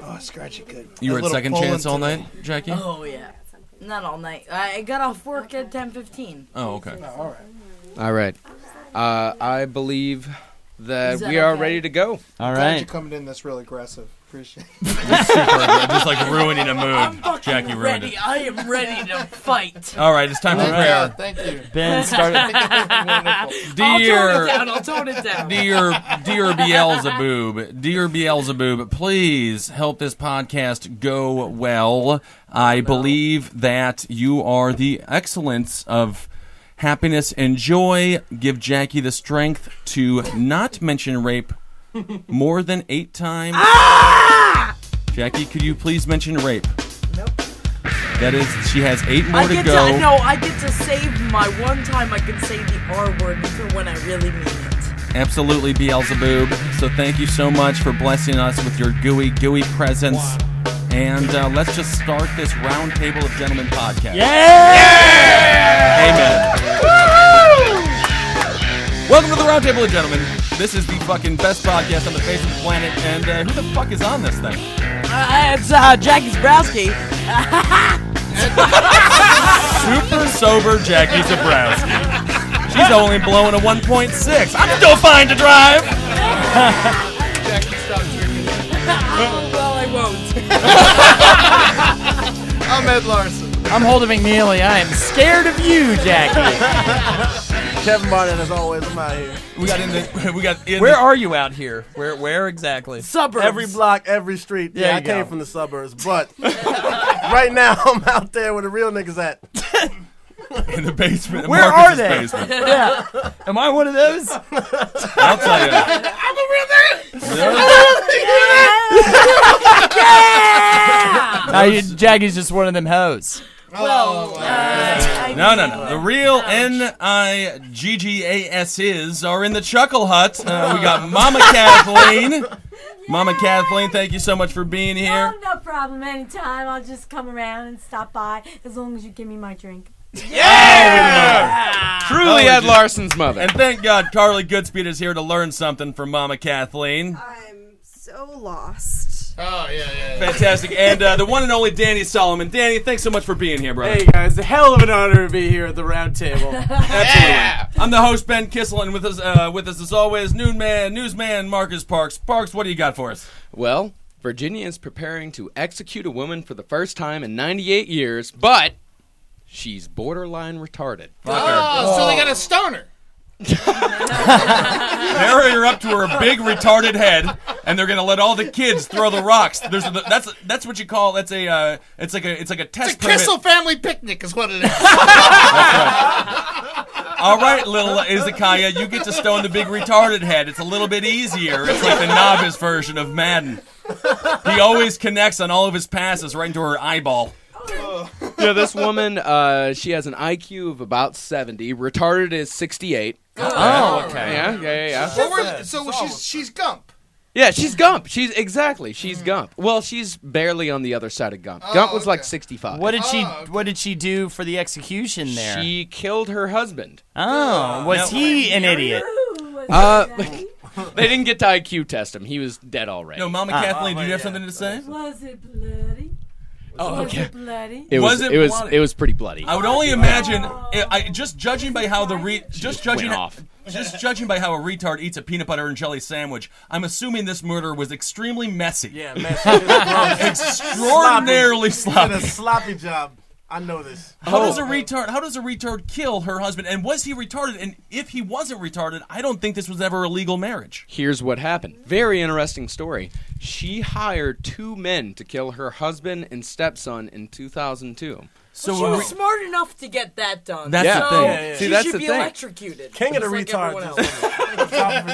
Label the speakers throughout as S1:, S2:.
S1: Oh, scratch it good.
S2: You
S1: That
S2: were at
S1: little
S2: second
S1: Poland
S2: chance all
S1: today.
S2: night, Jackie? Oh,
S3: Oh yeah. Not all night. I I got off work at ten fifteen.
S2: Oh, okay.
S1: All right.
S4: All right. Uh, I believe that,
S3: Is that
S4: we are
S3: okay?
S4: ready to go.
S5: All
S1: Glad you
S5: right.
S1: coming in this real aggressive. Appreciate it.
S2: just like ruining a
S3: I'm
S2: mood.
S3: fucking
S2: Jackie ruined
S3: ready.
S2: it.
S3: I am ready to fight.
S2: All right, it's time for
S1: Thank
S2: prayer.
S1: God. Thank you.
S5: Ben started.
S1: Wonderful.
S3: I'll tone it
S2: Dear,
S3: down. I'll tone it down.
S2: dear, dear Beelzebub, dear Beelzebub, please help this podcast go well. I believe that you are the excellence of happiness and joy. Give Jackie the strength to not mention rape more than eight times. Jackie, could you please mention rape?
S3: Ah! Nope.
S2: That is, she has eight more
S3: I
S2: to
S3: get
S2: go.
S3: to no. I get to save my one time. I can say the R word for when I really mean it.
S2: absolutely Beelzebub. So thank you so much for blessing us with your gooey, gooey presence. And uh, let's just start this round table of gentlemen podcast. Amen. Welcome to the round table of gentlemen. This is the fucking best podcast on the face of the planet. And uh, who the fuck is on this thing?
S3: Uh, it's uh, Jackie Zabrowski.
S2: Super sober Jackie Zabrowski. She's only blowing a 1.6. I'm still fine to drive.
S1: Jackie, stop drinking.
S3: Oh, well, I won't.
S1: I'm Ed Larson.
S5: I'm Holden McNeely. I am scared of you, Jackie.
S1: Kevin Martin, as always, I'm out here.
S2: We got in the. We got in
S5: Where
S2: the,
S5: are you out here? Where where exactly?
S3: Suburbs.
S6: Every block, every street.
S5: There
S6: Yeah, I
S5: you
S6: came
S5: go.
S6: from the suburbs, but right now I'm out there where the real niggas at.
S2: in the basement. in
S5: Where
S2: Marcus's
S5: are they?
S2: Basement.
S5: Yeah. Am I one of those?
S2: I'll tell you. I'm a real nigga.
S5: Now you, Jackie's just one of them hoes.
S3: Well, uh,
S2: No, no, no. The real N I G G A S is are in the Chuckle Hut. Uh, we got Mama Kathleen. Mama Kathleen, thank you so much for being here.
S7: Oh, no problem. Anytime. I'll just come around and stop by as long as you give me my drink.
S4: Truly Ed Larson's mother.
S2: And thank God Carly Goodspeed is here to learn something from Mama Kathleen.
S8: I'm so lost.
S1: Oh, yeah, yeah. yeah.
S2: Fantastic. And uh, the one and only Danny Solomon. Danny, thanks so much for being here, brother.
S6: Hey guys, a hell of an honor to be here at the round table.
S2: Absolutely. I'm the host, Ben Kissel, and with us, uh, with us as always, Noonman, Newsman, Marcus Parks. Parks, what do you got for us?
S4: Well, Virginia is preparing to execute a woman for the first time in 98 years, but she's borderline retarded.
S1: Oh, so they got a stoner.
S2: Marry her up to her big retarded head, and they're gonna let all the kids throw the rocks. There's a, that's that's what you call that's a uh, it's like a it's like a test
S1: It's a
S2: permit.
S1: Kissel family picnic is what it is.
S2: All right, little Izakaya, you get to stone the big retarded head. It's a little bit easier. It's like the novice version of Madden. He always connects on all of his passes right into her eyeball.
S4: Yeah, this woman, uh, she has an IQ of about 70. Retarded is 68.
S5: Oh, okay.
S4: Yeah, yeah, yeah, yeah.
S1: so we're, so she's she's Gump.
S4: Yeah, she's Gump. She's exactly. She's Gump. Well, she's barely on the other side of Gump. Gump was like
S1: okay.
S4: 65.
S5: What did she
S1: Oh, okay.
S5: What did she do for the execution there?
S4: She killed her husband.
S5: oh, was
S2: No.
S5: he an idiot?
S4: Uh,
S7: uh,
S4: They didn't get to IQ test him. He was dead already.
S2: No, Mama Kathleen, do you have something to say?
S7: was it bloody?
S4: oh,
S7: Was
S4: okay.
S7: it bloody?
S4: It was,
S2: Was it
S4: it, was
S2: bloody?
S4: it was pretty bloody.
S2: I would only imagine, I, I- just judging by how the re, just judging
S4: Went off.
S2: Just judging by how a retard eats a peanut butter and jelly sandwich, I'm assuming this murder was extremely messy.
S6: yeah, man, she did a
S2: Extraordinarily
S6: wrong-
S2: sloppy.
S6: did a sloppy job. I know this.
S2: How does a retard how does a retard kill her husband? And was he retarded? And if he wasn't retarded, I don't think this was ever a legal marriage.
S4: Here's what happened. Very interesting story. She hired two men to kill her husband and stepson in 2002.
S2: So
S3: she
S2: a
S3: was
S2: re-
S3: smart enough to get that done.
S2: That's
S4: Yeah.
S2: the
S3: so
S2: thing.
S6: Yeah, yeah.
S3: she
S4: See, that's
S3: should
S4: the
S3: be
S4: thing.
S3: electrocuted.
S6: King of the
S3: just like everyone
S6: retards.
S3: else.
S6: Top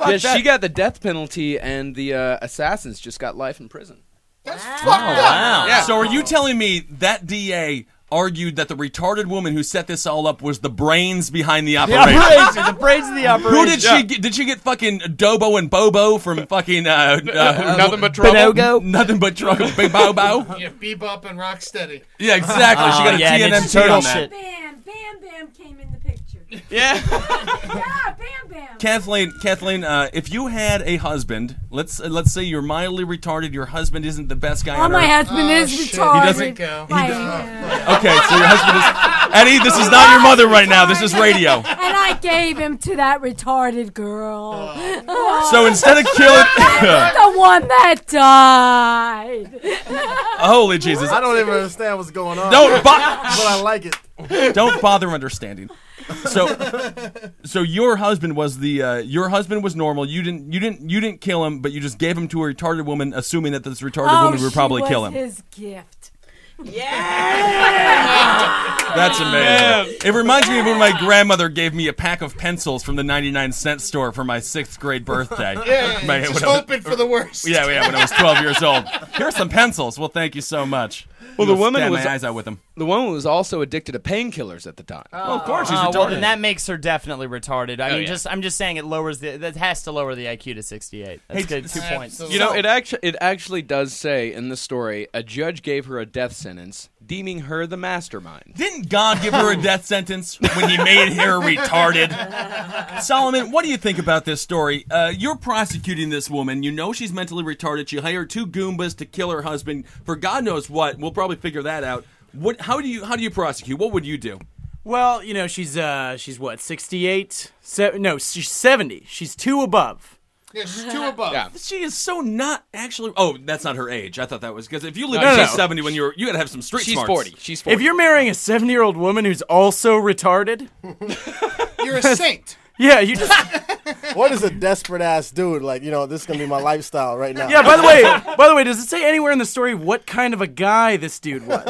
S6: of shit.
S4: yeah, she got the death penalty, and the uh, assassins just got life in prison.
S1: That's fucked up.
S4: Yeah.
S2: So are you telling me that DA argued that the retarded woman who set this all up was the brains behind the operation?
S5: Operation, the brains of the operation.
S2: Who did she get? Did she get fucking Dobo and Bobo from fucking uh, uh,
S4: Nothing but trouble.
S5: Bonogo?
S2: nothing but truck Big Bobo?
S1: Yeah, bebop and rocksteady.
S2: Oh, Yeah, exactly. she got a
S5: yeah, and it's
S2: TNMT on
S5: turtle
S2: that.
S5: shit.
S7: Ah, Bam, bam, bam came in the picture.
S4: Yeah.
S7: Yeah, bam, bam.
S2: Kathleen, Kathleen, uh, if you had a husband, let's uh, let's say you're mildly retarded, your husband isn't the best guy.
S7: Oh,
S2: on
S7: my
S2: earth.
S7: husband is
S1: shit. He
S7: retarded.
S2: doesn't-
S1: Go.
S7: I am.
S2: Okay, so your husband is Eddie. This is not your mother right now. This is radio.
S7: And I gave him to that retarded girl. Oh.
S2: So instead of killing,
S7: the one that died.
S2: holy Jesus,
S6: I don't even understand what's going on.
S2: don't bo-
S6: But I like it.
S2: don't bother understanding. So, so your husband was the uh, your husband was normal. You didn't you didn't you didn't kill him, but you just gave him to a retarded woman, assuming that this retarded woman would
S7: Oh, she
S2: probably
S7: was
S2: kill him.
S7: His gift.
S2: That's
S1: Ah,
S2: amazing. It reminds me of when my grandmother gave me a pack of pencils from the 99 cent store for my sixth grade birthday.
S1: Yeah,
S2: My-
S1: just
S2: when I was-
S1: hoping for the worst.
S2: yeah, yeah, when I was 12 years old. Here's some pencils. Well, thank you so much.
S4: Well, the
S2: You know,
S4: woman
S2: stab
S4: was-
S2: my eyes out with them.
S4: The woman was also addicted to painkillers at the time.
S2: well, of course, she's
S5: Uh,
S2: retarded.
S5: well, then that makes her definitely retarded. I
S4: Oh,
S5: mean,
S4: yeah.
S5: just I'm just saying it lowers the that has to lower the IQ to 68. That's
S2: Hey,
S5: good. Two
S1: absolutely.
S5: points.
S4: you know,
S1: So-
S4: it actually it actually does say in the story a judge gave her a death sentence, deeming her the mastermind.
S2: Didn't God give her a death sentence when he made her retarded? Solomon, what do you think about this story? Uh, you're prosecuting this woman. You know she's mentally retarded. You hire two Goombas to kill her husband for God knows what. We'll probably figure that out. What? How do you? How do you prosecute? What would you do?
S9: Well, you know, she's uh she's what, 68? Se- no, she's 70. She's two above.
S1: Yeah, she's two above.
S4: Yeah.
S2: She is so not actually. Oh, that's not her age. I thought that was because if you live
S4: No,
S2: in
S4: no,
S2: she's
S4: no.
S2: seventy when you're, you gotta have some street
S4: She's
S2: smarts.
S4: forty. She's forty.
S9: If you're marrying a 70-year-old woman who's also retarded,
S1: You're a saint.
S9: yeah, you just
S6: What is a desperate ass dude like? You know, this is gonna be my lifestyle right now.
S9: Yeah, by the way, by the way, does it say anywhere in the story what kind of a guy this dude was?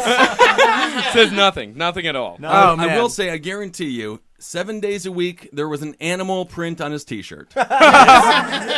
S4: says nothing, nothing at all.
S9: Oh,
S2: Uh, I
S9: man.
S2: will say, I guarantee you, seven days a week there was an animal print on his T-shirt.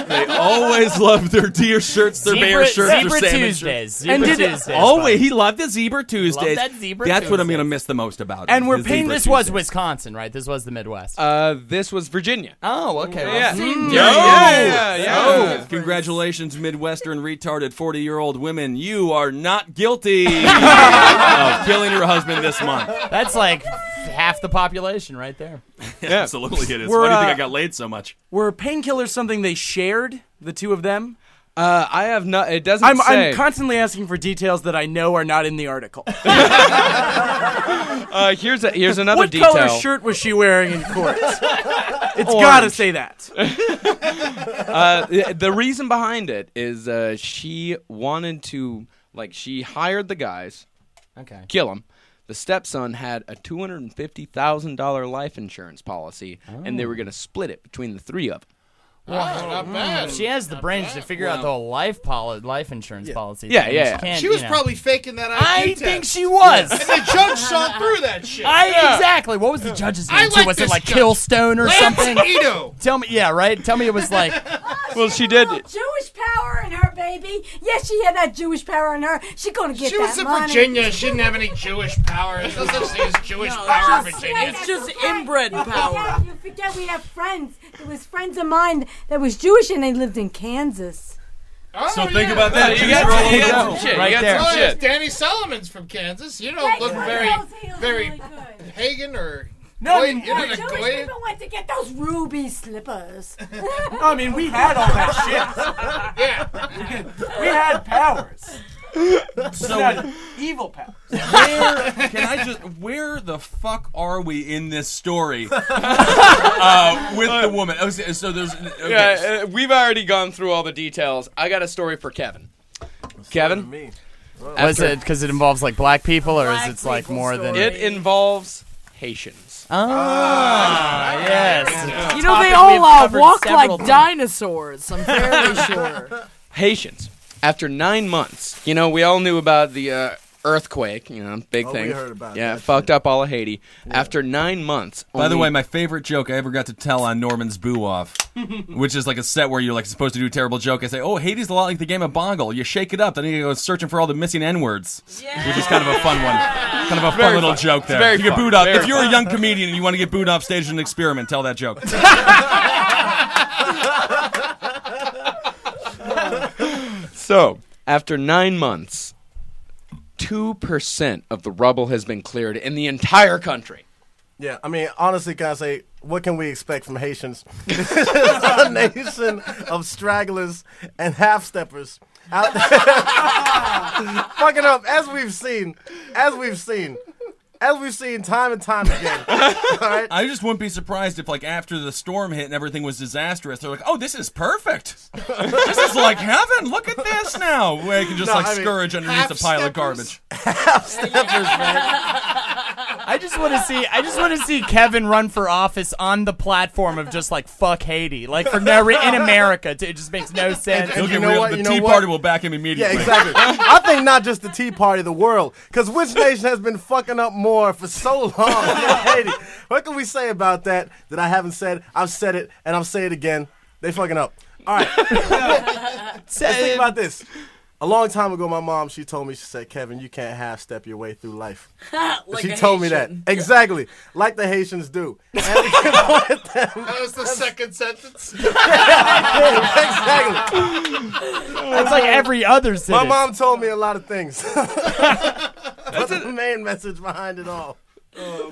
S2: they always loved their deer shirts, their bear shirts,
S5: Zebra,
S2: their
S5: zebra
S2: salmon shirts.
S5: Tuesdays. Zebra
S9: And did it-
S5: Tuesdays.
S2: Oh
S5: buddy.
S2: wait, he loved the zebra Tuesdays.
S5: that zebra
S2: That's what I'm
S5: Tuesdays.
S2: gonna miss the most about.
S9: And
S2: him,
S9: we're
S2: his
S9: paying-
S2: zebra
S5: This was
S2: Tuesdays.
S5: Wisconsin, right? This was the Midwest.
S4: Uh, this was Virginia.
S5: oh, okay. well,
S4: Yeah.
S7: Mm.
S2: Yo!
S4: Yeah, yeah, yeah.
S2: Yo! Oh, Congratulations, Midwestern retarded 40 year old women. You are not guilty of killing your husband this month.
S5: That's like half the population right there.
S2: Absolutely, it is.
S9: We're,
S2: Why do you think
S9: uh,
S2: I got laid so much?
S9: Were painkillers something they shared, the two of them?
S4: Uh, I have not. It doesn't
S9: I'm,
S4: say.
S9: I'm constantly asking for details that I know are not in the article.
S4: uh, here's a, here's another
S9: what
S4: detail.
S9: color shirt was she wearing in court? It's gotta say that.
S4: Uh, the- the reason behind it is uh, she wanted to like she hired the guys,
S5: Okay.
S4: kill him. The stepson had a two hundred and fifty thousand dollar life insurance policy, and they were going to split it between the three of them.
S1: Wow, not bad.
S5: She has the brains to figure out the whole life poli- life insurance policy.
S4: Yeah,
S5: thing.
S4: yeah,
S5: She
S4: yeah.
S5: can't,
S1: She was
S5: you know.
S1: probably faking that IQ
S5: I
S1: test.
S5: think she was.
S1: The judge saw through that shit.
S5: I exactly. What was the judge's name?
S1: I
S5: too?
S1: like
S5: was it
S1: this
S5: like
S1: judge.
S5: Killstone or something?
S1: Lance Ito.
S5: Tell me, yeah, right. Tell me it was like
S4: Well, she did.
S7: Jewish power in her, baby. Yes, she had that Jewish power in her. She gonna get
S1: She
S7: that
S1: was in
S7: money.
S1: Virginia. She didn't have any Jewish power. There's no such thing as Jewish power in Virginia.
S7: That's
S3: just
S7: right.
S3: inbred
S7: you
S3: power.
S7: Forget, you forget we have friends. There was friends of mine that was Jewish and they lived in Kansas.
S1: Oh,
S2: So think
S1: yeah.
S2: about that.
S4: You
S2: She's
S4: got, some- you
S2: rolling
S4: got some
S2: down.
S4: shit.
S5: Right
S4: you got
S5: there.
S1: Oh,
S4: some
S1: yeah,
S4: shit.
S1: Danny Solomon's from Kansas. You don't look very, very pagan or.
S9: No, I
S1: goy-
S9: mean,
S1: you're not a
S7: Jewish
S1: goy.
S7: people went to get those ruby slippers.
S9: I mean, we had all that
S1: Yeah.
S9: shit. We had powers.
S2: So,
S9: Evil powers.
S2: where can I just? Where the fuck are we in this story uh, with the woman? Oh, so so there's okay.
S4: Yeah, uh, we've already gone through all the details. I got a story for Kevin. Kevin,
S6: Me.
S5: was it because it involves like black people or is it like more than?
S4: it involves Haitians.
S5: Ah, yes.
S3: You know, they
S5: Topic
S3: all
S5: we've
S3: uh,
S5: covered
S3: walk
S5: several
S3: like
S5: times.
S3: dinosaurs. I'm fairly sure.
S4: Haitians. After nine months, you know, we all knew about the uh, earthquake. You know, big
S6: Oh, we
S4: thing.
S6: heard about
S4: yeah,
S6: that
S4: fucked up all of Haiti. After nine months.
S2: By the
S4: only-
S2: way, my favorite joke I ever got to tell on Norman's Boo Off, which is like a set where you're like supposed to do a terrible joke. I say, "Oh, Haiti's a lot like the game of Boggle. You shake it up, then you go searching for all the missing n words," which is kind of a fun one, kind of a fun
S4: Very
S2: little
S4: fun.
S2: joke there.
S4: very
S2: you get
S4: fun.
S2: booed off
S4: Very
S2: if you're a young comedian and you want to get booed off stage in an experiment. Tell that joke.
S4: so after nine months, two percent of the rubble has been cleared in the entire country.
S6: Yeah, I mean, honestly, can I say, what can we expect from Haitians? a nation of stragglers and half steppers out there fucking up, as we've seen, as we've seen, as we've seen time and time again. All right?
S2: I just wouldn't be surprised if, like, after the storm hit and everything was disastrous, they're like, "Oh, this is perfect. this is like heaven. Look at this now." Where I can just
S6: No,
S2: like
S6: I mean,
S2: scourge underneath a pile of
S1: half-steppers.
S2: garbage.
S5: I just want to see. I just want to see Kevin run for office on the platform of just like fuck Haiti, like for no re- in America. It just makes no sense.
S2: He'll
S6: you
S2: get
S6: know
S2: real.
S6: what?
S2: The
S6: You know
S2: Tea
S6: what?
S2: Party will back him immediately.
S6: Yeah, exactly. I think not just the Tea Party, the world. Because which nation has been fucking up more for so long than Haiti? What can we say about that that I haven't said? I've said it, and I'll say it again. They fucking up. All right. Let's think about this. A long time ago, my mom, she told me, she said, Kevin, you can't half step your way through life.
S3: Like
S6: she
S3: a
S6: told me
S3: Haitian.
S6: that. Exactly. Like the Haitians do.
S1: That was the second sentence.
S6: exactly.
S5: That's like every other city.
S6: My mom told me a lot of things. That's the main message behind it all.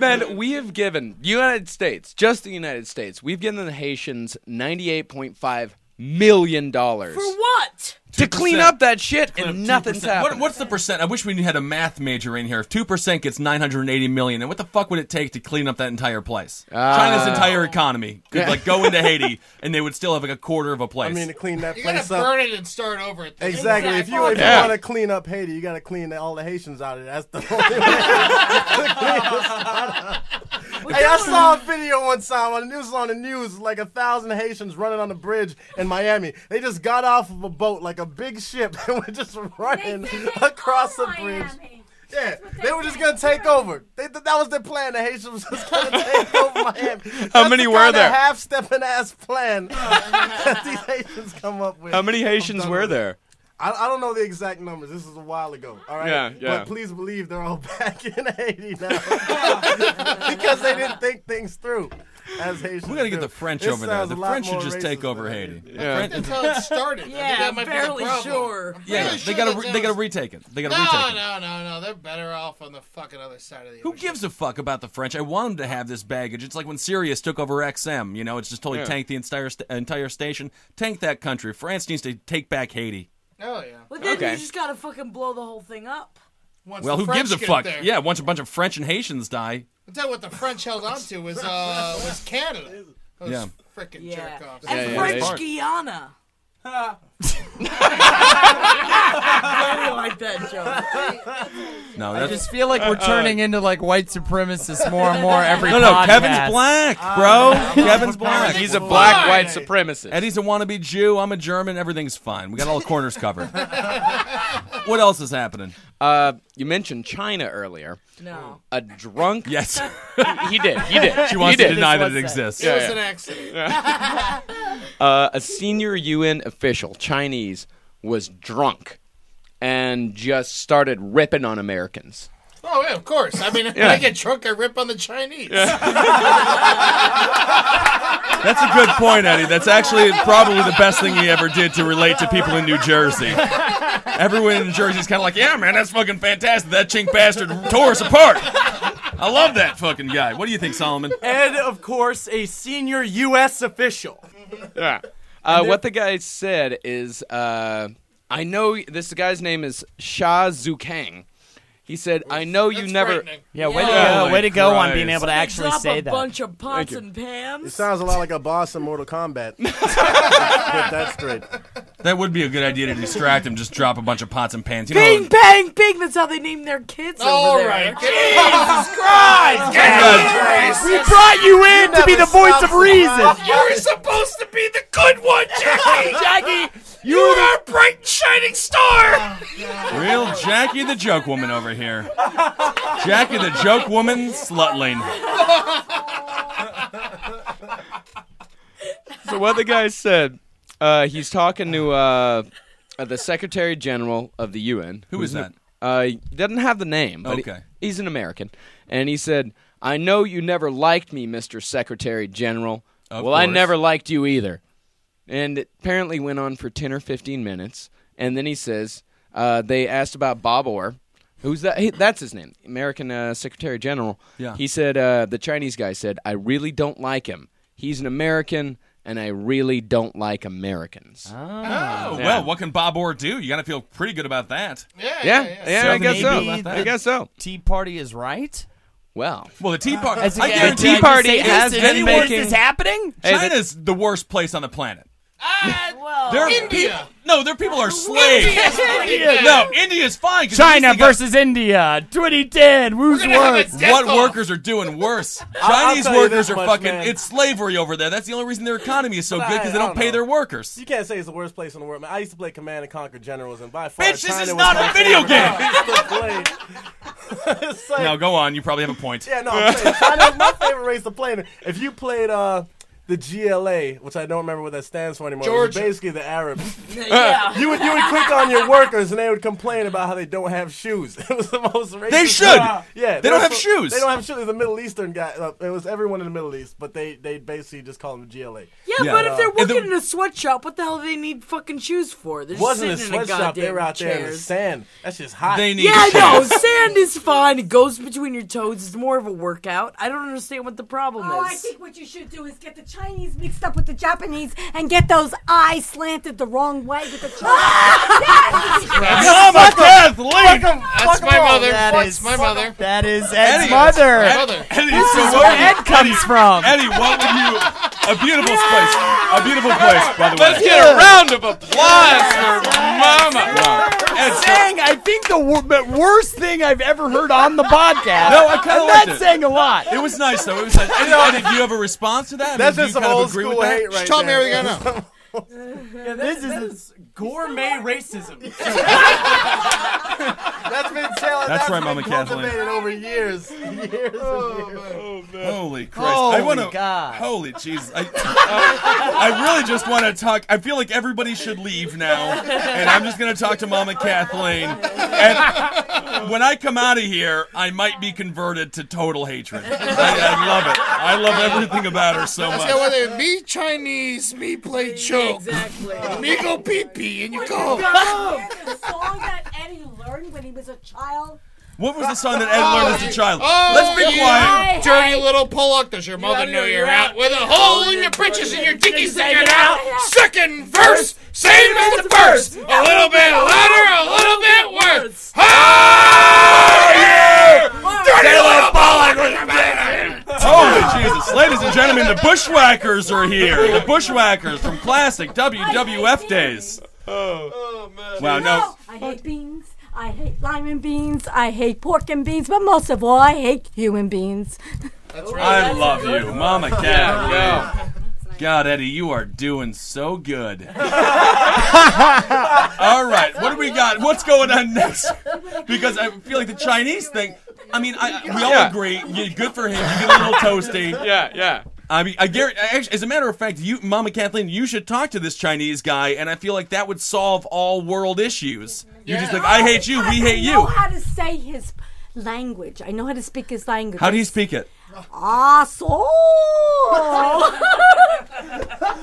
S4: Man, we have given the United States, just the United States, we've given the Haitians ninety-eight point five million dollars
S3: For what?
S4: to clean up that shit, and nothing's
S2: 2%. What,
S4: happened.
S2: what's the percent? I wish we had a math major in here. If two percent gets nine hundred eighty million, and what the fuck would it take to clean up that entire place? China's
S6: Uh,
S2: entire economy could like go into Haiti, and they would still have like a quarter of a
S6: I
S2: place.
S6: mean, to clean that
S1: You gotta
S6: place up.
S1: burn it and start over. At the end.
S6: Exactly. If you if
S4: Yeah.
S6: you want to clean up Haiti, you got to clean all the Haitians out of there. That's the only way. hey, I saw a video one time on it was on the news, like a thousand Haitians running on the bridge in Miami. They just got off of a boat, like a big ship, and were just running across the bridge. Yeah,
S7: they
S6: they were just
S7: did.
S6: gonna take over. They, th- that was their plan. The Haitians was just gonna take over Miami.
S4: How
S6: That's
S4: many
S6: the
S4: were
S6: kinda
S4: there?
S6: Half-stepping ass plan that these Haitians come up with.
S4: How many Haitians
S6: done
S4: were
S6: with it.
S4: there?
S6: I, I don't know the exact numbers. This is a while ago. All right.
S4: Yeah, yeah.
S6: But please believe they're all back in Haiti now because they didn't think things through. As Haitians,
S2: we gotta get
S6: do.
S2: the French
S6: This
S2: over there.
S6: sounds
S2: The
S6: a lot
S2: French should
S6: more
S2: just take
S6: racist
S2: over
S6: than
S2: Haiti.
S4: Yeah.
S2: The Fran-
S1: That's how it started. I think
S3: Yeah,
S1: that might be the
S3: fairly
S1: problem.
S3: sure.
S1: I'm
S2: yeah,
S1: fairly
S2: they
S1: sure
S2: gotta
S1: that
S2: re-
S1: that
S2: they gotta
S1: was-
S2: retake it. They gotta
S1: No,
S2: retake it.
S1: no, no, no. They're better off on the fucking other side of the
S2: Who
S1: ocean.
S2: gives a fuck about the French? I want them to have this baggage. It's like when Sirius took over XM. You know, it's just totally
S4: Yeah.
S2: tanked the entire st- entire station. Tank that country. France needs to take back Haiti.
S1: Oh yeah.
S3: But then
S4: Okay.
S3: you just gotta fucking blow the whole thing up.
S1: Once
S2: Well,
S1: the
S2: who
S1: French
S2: gives a
S1: get
S2: fuck?
S1: There.
S2: Yeah, once a bunch of French and Haitians die.
S1: I tell you what the French held on to was uh was Canada. Those
S2: Yeah.
S1: frickin'
S3: Yeah.
S1: jerk offs.
S3: And
S4: Yeah, yeah,
S3: French
S4: yeah.
S3: Guiana. I like that joke.
S2: No,
S5: I
S2: that's
S5: just feel like we're
S9: Uh,
S5: turning into like white supremacists more and more every
S2: No, no,
S5: podcast.
S2: Kevin's black, bro. Kevin's black.
S4: He's a black white supremacist.
S2: Eddie's a wannabe Jew. I'm a German. Everything's fine. We got all the corners covered. what else is happening?
S4: Uh, you mentioned China earlier.
S3: No.
S4: A drunk.
S2: Yes,
S4: he did. He did.
S2: she wants
S4: he
S2: to
S4: did.
S2: deny that it
S5: This was it.
S2: exists.
S1: It was
S4: yeah.
S1: an accident.
S4: Uh, a senior UN official, Chinese, was drunk and just started ripping on Americans.
S1: Oh yeah, of course. I mean, when I get drunk, I rip on the Chinese.
S2: That's a good point, Eddie. That's actually probably the best thing he ever did to relate to people in New Jersey. Everyone in New Jersey is kind of like, yeah, man, that's fucking fantastic. That chink bastard tore us apart. I love that fucking guy. What do you think, Solomon?
S9: And of course, a senior U.S. official.
S4: Yeah. Uh, what the guy said is, uh, I know this guy's name is Sha Zukang. He said, "I know you
S1: That's
S4: never."
S1: frightening.
S5: Yeah, way
S9: Oh
S5: to
S4: Yeah.
S5: go, way to go on
S4: Christ.
S5: being able to actually
S3: drop
S5: say
S3: a
S5: that.
S3: bunch of pots
S4: you.
S3: and pans.
S6: It sounds a lot like a boss in Mortal Kombat. Get that straight.
S2: That would be a good idea to distract him. Just drop a bunch of pots and pans. You know,
S3: Bing, bang, bing. That's how they name their kids
S1: All
S3: over there.
S1: right.
S5: we brought you in to be the voice of reason.
S1: You're supposed to be the good one, Jackie.
S5: Jackie, you
S1: Our bright and shining star.
S2: real Jackie the joke woman over here. Jackie the joke woman slutling.
S4: So what the guy said, uh, he's talking to uh, uh, the Secretary General of the UN.
S2: Who is that?
S4: Uh, he doesn't have the name, but he-
S2: Okay.
S4: he's an American. And he said, I know you never liked me, Mr. Secretary General.
S2: Of
S4: well, I
S2: course.
S4: never liked you either. And it apparently went on for 10 or 15 minutes. And then he says, uh, they asked about Bob Orr. Who's that? He, that's his name, American uh, Secretary General.
S2: Yeah.
S4: He said uh, the Chinese guy said, "I really don't like him. He's an American, and I really don't like Americans."
S2: Oh, well, what can Bob Orr do? You got to feel pretty good about that.
S1: Yeah,
S4: yeah,
S1: yeah,
S4: yeah, I
S5: So
S4: guess
S5: maybe
S4: so.
S5: the-
S4: I guess so.
S5: Tea Party is right.
S4: Well,
S2: Well, the Tea Party.
S5: As
S2: I
S5: if-
S2: guarantee
S5: did
S4: Tea
S5: I just
S4: Party
S5: say this?
S4: has
S5: Is
S4: been
S5: anyone- is
S4: making-
S5: this happening?
S4: Hey, the-
S2: China's the worst place on the planet.
S1: Ah,
S3: Well,
S2: Their
S1: India.
S2: peop- no, their people are slaves.
S1: India.
S2: No, India's fine. 'cause at
S5: China
S2: least they got-
S5: versus India, 2010. Who's
S1: gonna have
S5: worse?
S1: a death
S2: what
S1: off.
S2: workers are doing worse.
S6: I'll
S2: Chinese
S6: tell you
S2: workers
S6: this
S2: are
S6: much,
S2: fucking.
S6: man.
S2: It's slavery over there. That's the only reason their economy is so
S6: But
S2: good
S6: I-
S2: because
S6: I
S2: they don't
S6: don't
S2: pay
S6: know.
S2: their workers.
S6: You can't say it's the worst place in the world. Man, I used to play Command and Conquer Generals, and by far,
S2: Bitch, this
S6: China
S2: is
S6: was
S2: not
S6: my
S2: a video game.
S6: favorite to play. It's like-
S2: Now go on. You probably have a point.
S6: Yeah, no, I'm saying China's my favorite race to play. in. If you played uh, the GLA, which I don't remember what that stands for anymore, it was
S1: Georgia.
S6: basically the Arabs.
S3: yeah.
S6: You would you would click on your workers and they would complain about how they don't have shoes. It was the most racist.
S2: They should.
S6: Yeah,
S2: They don't
S6: were
S2: have
S6: so-
S2: shoes.
S6: They don't have shoes. It was a Middle Eastern guy. Uh, it was everyone in the Middle East, but they they basically just call them GLA.
S3: Yeah,
S2: Yeah.
S3: but if they're
S2: And the-
S3: working in a sweatshop, what the hell do they need fucking shoes for? They're
S6: It
S3: just
S6: wasn't a
S3: sitting in a
S6: sweatshop.
S3: goddamn
S6: They were out there in the
S3: chairs.
S6: sand. That's just hot.
S2: They need.
S3: Yeah, I
S2: shit.
S3: know. Sand is fine. It goes between your toes. It's more of a workout. I don't understand what the problem
S7: Oh, I
S3: is.
S7: think what you should do is get the Chinese mixed up with the Japanese and get those eyes slanted the wrong way with the Chinese. yes!
S2: Come on, Kathleen.
S1: That's my mother.
S5: That is
S1: That's my mother.
S5: That is Ed's
S2: Eddie.
S5: mother.
S1: My mother.
S2: Eddie,
S5: This
S2: so
S5: is
S2: what
S5: where
S2: would you-
S5: Ed comes from.
S2: Eddie, what would you? A beautiful place. A beautiful place, by the way.
S4: let's get a round of applause for Mama.
S2: Wow. Ed, so-
S5: saying I think the wor- but worst thing I've ever heard on the podcast.
S2: No, I kinda
S5: and
S2: liked
S5: that's
S2: it.
S5: saying a lot.
S2: It was nice though. It was nice. Eddie, Eddie, do you have a response to that? I
S6: That's
S2: mean,
S6: just
S2: do you
S6: some
S2: kind of
S6: old
S2: agree
S6: school
S2: with that?
S6: hate right
S1: Tell me
S6: there.
S1: everything I know.
S5: this is
S9: Gourmet racism.
S6: That's been
S2: That's
S6: telling. That's,
S2: right,
S6: been
S2: Mama Kathleen.
S6: cultivated over years, years and years.
S2: Holy Christ! I
S5: Holy
S2: wanna,
S5: Oh, God.
S2: Holy Jesus! I, I really just want to talk. I feel like everybody should leave now, and I'm just going to talk to Mama Kathleen. And when I come out of here, I might be converted to total hatred. I, I love it. I love everything about her so
S1: That's how
S2: much.
S1: they me Chinese, me play choke,
S3: Exactly.
S1: me go pee pee, and you go.
S7: the song that Eddie learned when he was a child.
S2: What was the song that Ed learned as a child?
S1: Oh,
S2: Let's be
S1: you
S7: Hey,
S2: quiet.
S1: Dirty
S7: hey.
S1: little Pollock, does your mother
S3: out
S1: know
S3: here,
S1: you're
S3: you're
S1: out
S3: out.
S1: with a hole in your britches and your dicky's sticking out?
S7: out.
S1: Second verse, same as the first. A little bit louder, a little bit worse. Oh, yeah! Dirty little Pollock with your mother.
S2: Holy Jesus! Ladies and gentlemen, the Bushwhackers are here. The Bushwhackers from classic WWF days. Oh. Wow! No.
S7: I hate beans. I hate lime and beans. I hate pork and beans. But most of all, I hate human beans.
S2: I love you, Mama Cat. God, Eddie, you are doing so good. All right, what do we got? What's going on next? Because I feel like the Chinese thing. I mean, I, we all
S4: Yeah.
S2: agree. Yeah, good for him. You get a little toasty.
S4: Yeah, yeah.
S2: I mean, I guarantee. Actually, as a matter of fact, you, Mama Kathleen, you should talk to this Chinese guy, and I feel like that would solve all world issues. You're just like, I hate you. We hate
S7: I know
S2: you.
S7: how to say his language. I know how to speak his language.
S2: How do you speak it?
S7: Ah, so.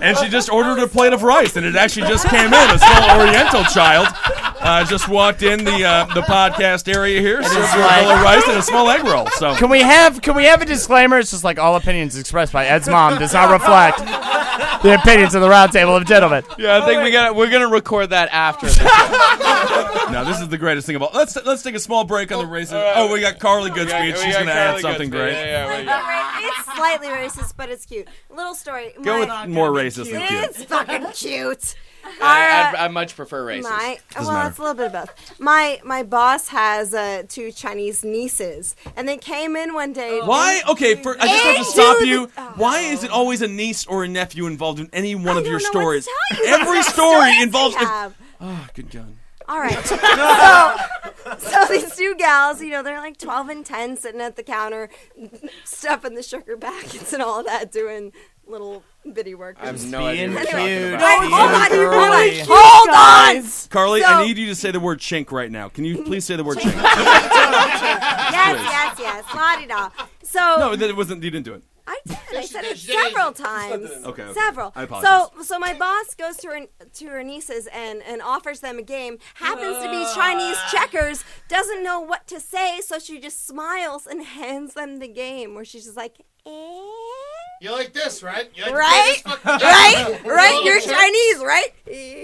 S2: And she just ordered a plate of rice, and it actually just came in. A small Oriental child uh, just walked in the uh, the podcast area here, served her a bowl of rice and a small egg roll. So
S5: Can we have can we have a disclaimer? It's just like all opinions expressed by Ed's mom does not reflect the opinions of the roundtable of gentlemen.
S4: Yeah, I think we got. We're gonna record that after. this.
S2: no, this is the greatest thing of all. Let's let's take a small break on the races. Oh, we got Carly
S4: We
S2: Goodspeed.
S4: got
S2: She's gonna add
S4: Carly
S2: something
S4: Goodspeed.
S2: great.
S4: Yeah, yeah, we got-
S8: Alright, it's slightly racist, but it's cute. Little story.
S2: Go
S8: my-
S2: with more racist than cute.
S8: It's fucking cute.
S4: I, I, I much prefer racist.
S8: My well,
S2: matter.
S8: it's a little bit of both. My my boss has uh, two Chinese nieces, and they came in one day.
S2: Oh. Why? Okay, for, I just have to
S8: Into
S2: stop
S8: the-
S2: you. Why is it always a niece or a nephew involved in any one
S8: I
S2: of your
S8: don't know what to
S2: stories?
S8: tell you.
S2: Every story
S8: Stories
S2: involves.
S8: they have.
S2: Oh, good God.
S8: All right. so, so these two gals, you know, they're like 12 and 10 sitting at the counter, stuffing the sugar packets and all that, doing little bitty work.
S4: I have no idea. What you're
S5: Being
S4: talking
S5: cute.
S4: about.
S5: Being
S8: hold on, you
S5: girly.
S8: really hold on.
S2: Carly,
S8: So-
S2: I need you to say the word chink right now. Can you please say the word chink?
S8: Yes, yes, yes. La di da. So,
S2: No, that it wasn't. You didn't do it.
S8: I did. I said it several times.
S2: Okay, okay.
S8: Several.
S2: I apologize.
S8: So, so my boss goes to her to her nieces and and offers them a game. Happens to
S1: Ah.
S8: be Chinese checkers. Doesn't know what to say, so she just smiles and hands them the game. Where she's just like, eh?
S1: You like this, right? You like
S8: right,
S1: This?
S8: right, right. You're
S1: Check.
S8: Chinese, right? Eh.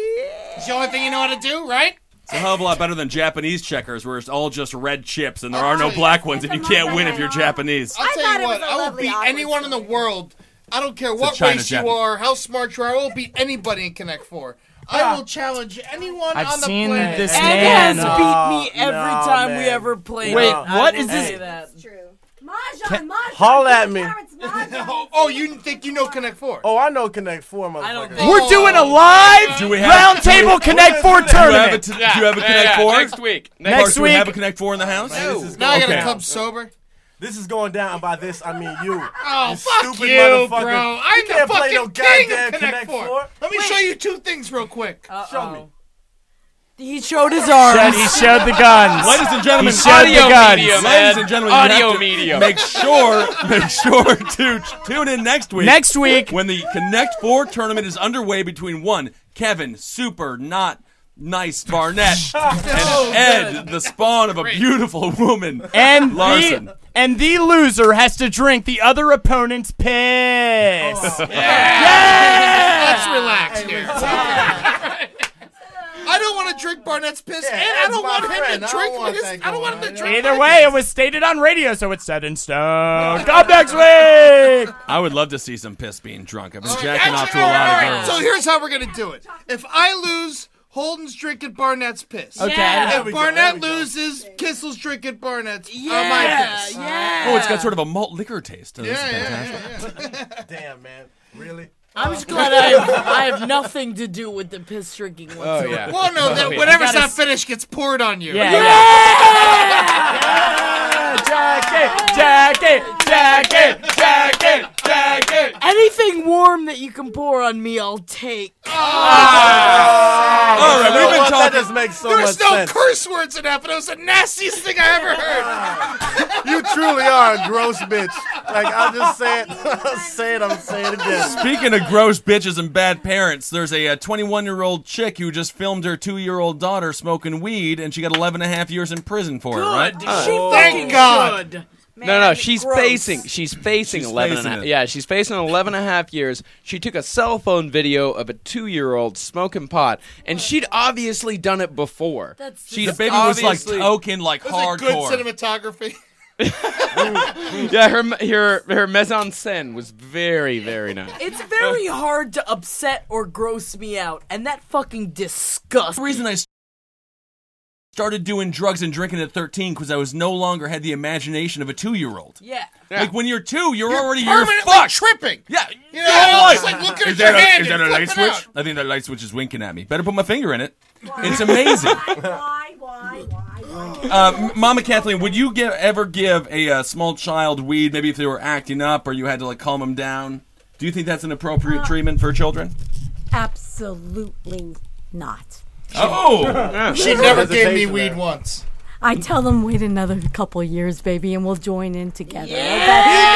S1: It's the only thing you know how to do, right?
S2: It's a hell of a lot better than Japanese checkers, where it's all just red chips and there are no black ones, and you can't win if you're Japanese.
S1: I'll
S8: I
S1: tell
S8: thought
S1: you
S8: it was
S1: what,
S8: a
S1: I will
S8: lovely
S1: beat
S8: offer,
S1: anyone in the world. I don't care what
S2: China
S1: race
S2: Japan.
S1: you are, how smart you are. I will beat anybody in Connect Four. I will challenge anyone
S5: I've
S1: on the
S5: seen
S1: planet.
S5: this
S1: And-
S5: man.
S9: Ed has beat me every
S5: no,
S9: time we
S5: man.
S9: ever played.
S5: Wait,
S9: I
S5: what
S9: will
S5: is
S9: say
S5: this-
S9: that.
S8: True.
S7: Mahjong, Mahjong.
S6: Haul at me.
S7: Clarence, Mahjong.
S1: Oh, oh, you think you know Connect Four?
S6: Oh, I know Connect Four, motherfucker.
S9: I don't think-
S5: We're
S1: Oh.
S5: doing a live
S2: Do we have-
S5: round table Connect Four
S2: Do you have a,
S5: tournament.
S2: t- do you have a Connect Four?
S4: next week.
S5: Next
S2: Parks, do we
S5: week-
S2: have a Connect Four in the house?
S6: This is
S1: now I gotta
S2: okay.
S1: come sober.
S6: This is going down. By this, I mean you.
S1: Oh,
S6: You
S1: fuck
S6: stupid
S1: you,
S6: motherfucker.
S1: bro!
S6: You
S1: I'm
S6: can't
S1: the
S6: play
S1: fucking
S6: no
S1: king of
S6: goddamn
S1: Connect
S6: Connect
S1: Four.
S6: Four.
S1: Let me show you two things real quick.
S6: Show me.
S3: He showed his arms.
S5: Showed- he showed the guns.
S2: Ladies and gentlemen,
S5: showed the guns.
S4: medium,
S2: Ladies
S4: Ed.
S2: and gentlemen, you
S4: Audio
S2: have to
S4: medium.
S2: Make sure, make sure to t- tune in next week.
S5: Next week,
S2: when the Connect Four tournament is underway between one Kevin, super not nice Barnett, and Ed, the spawn of a beautiful woman.
S5: and
S2: Larson.
S5: the and the loser has to drink the other opponent's piss.
S2: Oh.
S1: Let's relax here. I don't want to drink Barnett's piss, and I
S6: that's
S1: don't
S6: my
S1: want him
S6: friend.
S1: to
S6: I
S1: drink
S6: don't want
S1: his.
S6: that
S1: I don't want him to
S6: going
S1: drink.
S5: Either
S1: my
S5: way, it was stated on radio, so it's set in stone. Come next week.
S2: I would love to see some piss being drunk. I've been
S1: All right,
S2: jacking off to
S1: actually,
S2: a
S1: all
S2: lot of
S1: right, all right.
S2: girls.
S1: So here's how we're gonna do it. If I lose, Holden's drinking Barnett's piss.
S5: Okay.
S6: There we
S1: If
S6: go, there
S1: Barnett
S6: we go.
S1: loses, Kissel's drinking Barnett's yeah,
S9: Yeah,
S1: my piss.
S9: yeah.
S2: Oh, it's got sort of a malt liquor taste. Oh, this is
S1: Yeah, yeah,
S2: fantastic.
S1: yeah, yeah.
S6: Damn, man. Really?
S9: I'm just glad I have, I have nothing to do with the piss drinking whatsoever.
S4: yeah.
S1: Well, no, that, whatever's not finished gets poured on you.
S5: Yeah. yeah. Jackie, Jackie, Jackie, Jackie, Jackie.
S9: Anything warm that you can pour on me, I'll take.
S2: All right,
S6: You know
S2: we've been
S6: what? That
S2: talking.
S6: just makes so
S1: There's
S6: much
S1: no
S6: sense.
S1: curse words in that, but it was the nastiest thing I ever heard.
S6: you truly are a gross bitch. Like I'll just say it. I'll say it. I'm saying it again.
S2: Speaking of gross bitches and bad parents, there's a 21 year old chick who just filmed her two year old daughter smoking weed, and she got 11 and a half years in prison for it, right?
S9: Good. she fucking
S1: Thank God.
S9: should.
S4: No, no, she's facing. She's facing
S2: She's
S4: eleven. and a
S2: facing
S4: half-
S2: it.
S4: yeah, she's facing 11 and a half years. She took a cell phone video of a two-year-old smoking pot, and she'd obviously done it before.
S9: That's
S4: she'd
S2: The baby was like
S4: obviously-
S2: token, like
S1: That's a good
S2: hardcore.
S1: cinematography.
S4: yeah, her her her mise en scène was very very nice.
S9: It's very hard to upset or gross me out, and that fucking disgust.
S2: the reason I started doing drugs and drinking at 13 because I was no longer had the imagination of a two year old.
S9: Yeah.
S2: Like when you're two, you're, already you're
S1: Permanently
S2: fucked.
S1: tripping.
S2: yeah,
S1: You know, it's like looking at your hand and flipping out.
S2: I think that light switch is winking at me. Better put my finger in it. It's amazing.
S7: Why, why, why, why?
S2: Uh, Mama Kathleen, would you give, ever give a uh, small child weed, maybe if they were acting up or you had to like calm them down? Do you think that's an appropriate treatment for children?
S7: Absolutely not.
S2: Oh,
S1: She never gave me
S6: hesitation
S1: weed
S6: there.
S1: once.
S7: I tell them wait another couple years, baby, and we'll join in together. Mama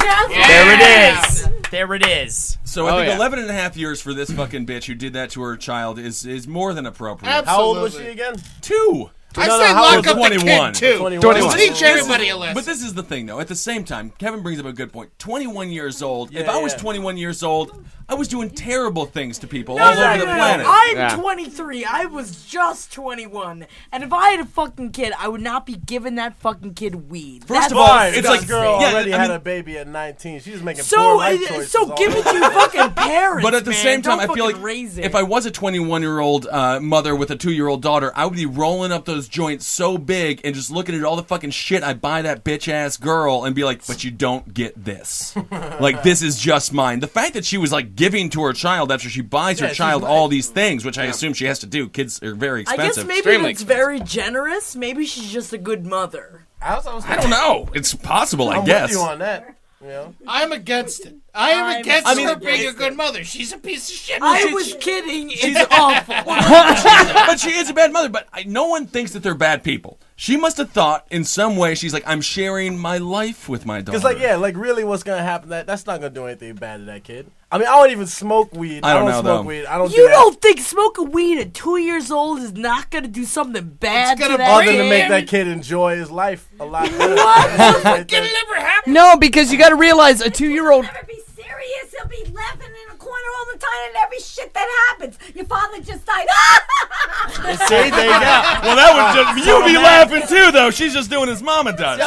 S7: Jeff.
S5: There it is. There it is.
S2: so I
S1: Oh,
S2: think
S4: yeah.
S2: 11 and a half years for this fucking bitch who did that to her child is is more than appropriate.
S1: Absolutely.
S6: How old was she again?
S2: Two.
S1: I
S6: No, no,
S1: say
S6: how
S1: lock
S6: old-
S1: up the
S2: 21.
S1: kid too.
S6: 21.
S1: Teach everybody a lesson.
S2: But this is the thing, though. At the same time, Kevin brings up a good point. 21 years old. if I was
S6: yeah.
S2: 21 years old, I was doing terrible things to people all over the planet.
S9: I'm
S4: Yeah.
S9: 23. I was just 21. And if I had a fucking kid, I would not be giving that fucking kid weed.
S2: First
S9: That's
S2: of all,
S9: what
S2: it's
S6: this
S2: like-
S6: girl
S2: yeah,
S6: already
S2: I
S6: had
S2: mean-
S6: a baby at 19. She's making poor
S9: So,
S6: life
S9: uh,
S6: choices.
S9: so
S6: all
S9: give it to your fucking parents.
S2: But at the
S9: man.
S2: same time,
S9: Don't
S2: I feel like
S9: fucking raise it.
S2: if I was a 21 year old uh, mother with a two year old daughter, I would be rolling up those joints so big and just looking at all the fucking shit I buy that bitch ass girl and be like, but you don't get this. like, this is just mine. The fact that she was like giving to her child after she buys her
S6: she's
S2: child
S6: right.
S2: all these things, which I assume she has to do, kids are very
S9: I guess
S2: expensive.
S9: maybe
S4: Extremely
S9: it's very generous. Maybe she's just a good mother.
S6: I, was, I, was
S2: I don't know. It's possible, I
S6: I'm
S2: guess.
S6: with you on that. You know?
S1: I'm against it. I am
S9: I'm
S1: against
S9: I
S2: mean-
S1: her being a good mother. She's a piece of shit.
S9: I was kidding. It's awful.
S2: but she is a bad mother. But I, no one thinks that they're bad people. She must have thought in some way she's like, I'm sharing my life with my daughter.
S6: Because like yeah, like really, what's gonna happen? That that's not gonna do anything bad to that kid. I mean, I don't even smoke weed.
S2: I don't know,
S6: smoke
S2: though.
S6: weed. I don't.
S9: You
S6: do that.
S9: don't think smoking weed at two years old is not gonna do something bad
S1: gonna
S9: to that
S6: other than to make
S9: kid?
S6: that kid enjoy his life a lot. what?
S1: It'll never happen.
S5: No, because you got to realize a two-year-old.
S7: Never be serious. He'll be laughing in a corner all the time at every shit that happens. Your father just died.
S5: See, there you go.
S2: Well, that would just you be laughing too, though. She's just doing as Mama does.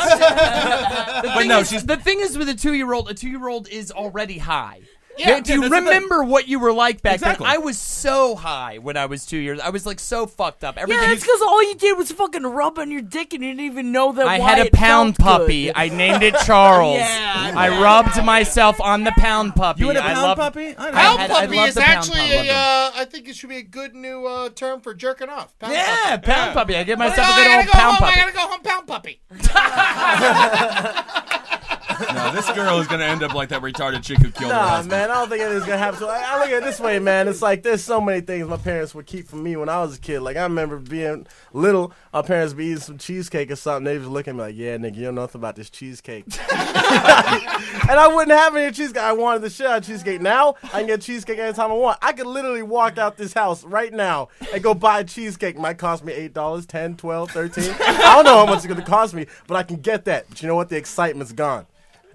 S2: but no, she's
S5: The thing is, with a two-year-old, a two-year-old is already high.
S2: Yeah,
S5: Do you
S2: that's the thing.
S5: remember what you were like back
S2: Exactly.
S5: then? I was so high when I was two years. I was like so fucked up. Everything.
S9: Yeah,
S5: was-
S9: that's because all you did was fucking rub on your dick and you didn't even know that.
S5: I
S9: why
S5: had a
S9: it
S5: pound
S9: felt good.
S5: puppy. I named it Charles.
S9: Yeah,
S5: I rubbed myself on the pound puppy.
S2: you had a
S5: I
S2: pound
S5: loved-
S2: puppy. I
S5: I
S1: Pound
S5: had- I
S1: puppy
S5: love
S1: is
S5: the pound
S1: actually
S5: puppy.
S1: a. Uh, I think it should be a good new uh, term for jerking off. Pound
S5: Yeah,
S1: puppy.
S5: pound puppy. I give myself
S1: Oh,
S5: a
S1: I
S5: good
S1: gotta
S5: old
S1: go
S5: pound
S1: home.
S5: puppy.
S1: I gotta go home. Pound puppy.
S2: No, this girl is gonna end up like that retarded chick who killed her
S6: Nah,
S2: husband.
S6: man, I don't think anything's gonna happen. So I, I look at it this way, man. It's like there's so many things my parents would keep from me when I was a kid. Like I remember being little, our parents be eating some cheesecake or something. They just look at me like, "Yeah, nigga, you don't know nothing about this cheesecake." and I wouldn't have any cheesecake. I wanted the shit out of cheesecake. Now I can get cheesecake anytime I want. I could literally walk out this house right now and go buy cheesecake. It might cost me eight dollars, ten, twelve, thirteen. I don't know how much it's gonna cost me, but I can get that. But you know what? The excitement's gone.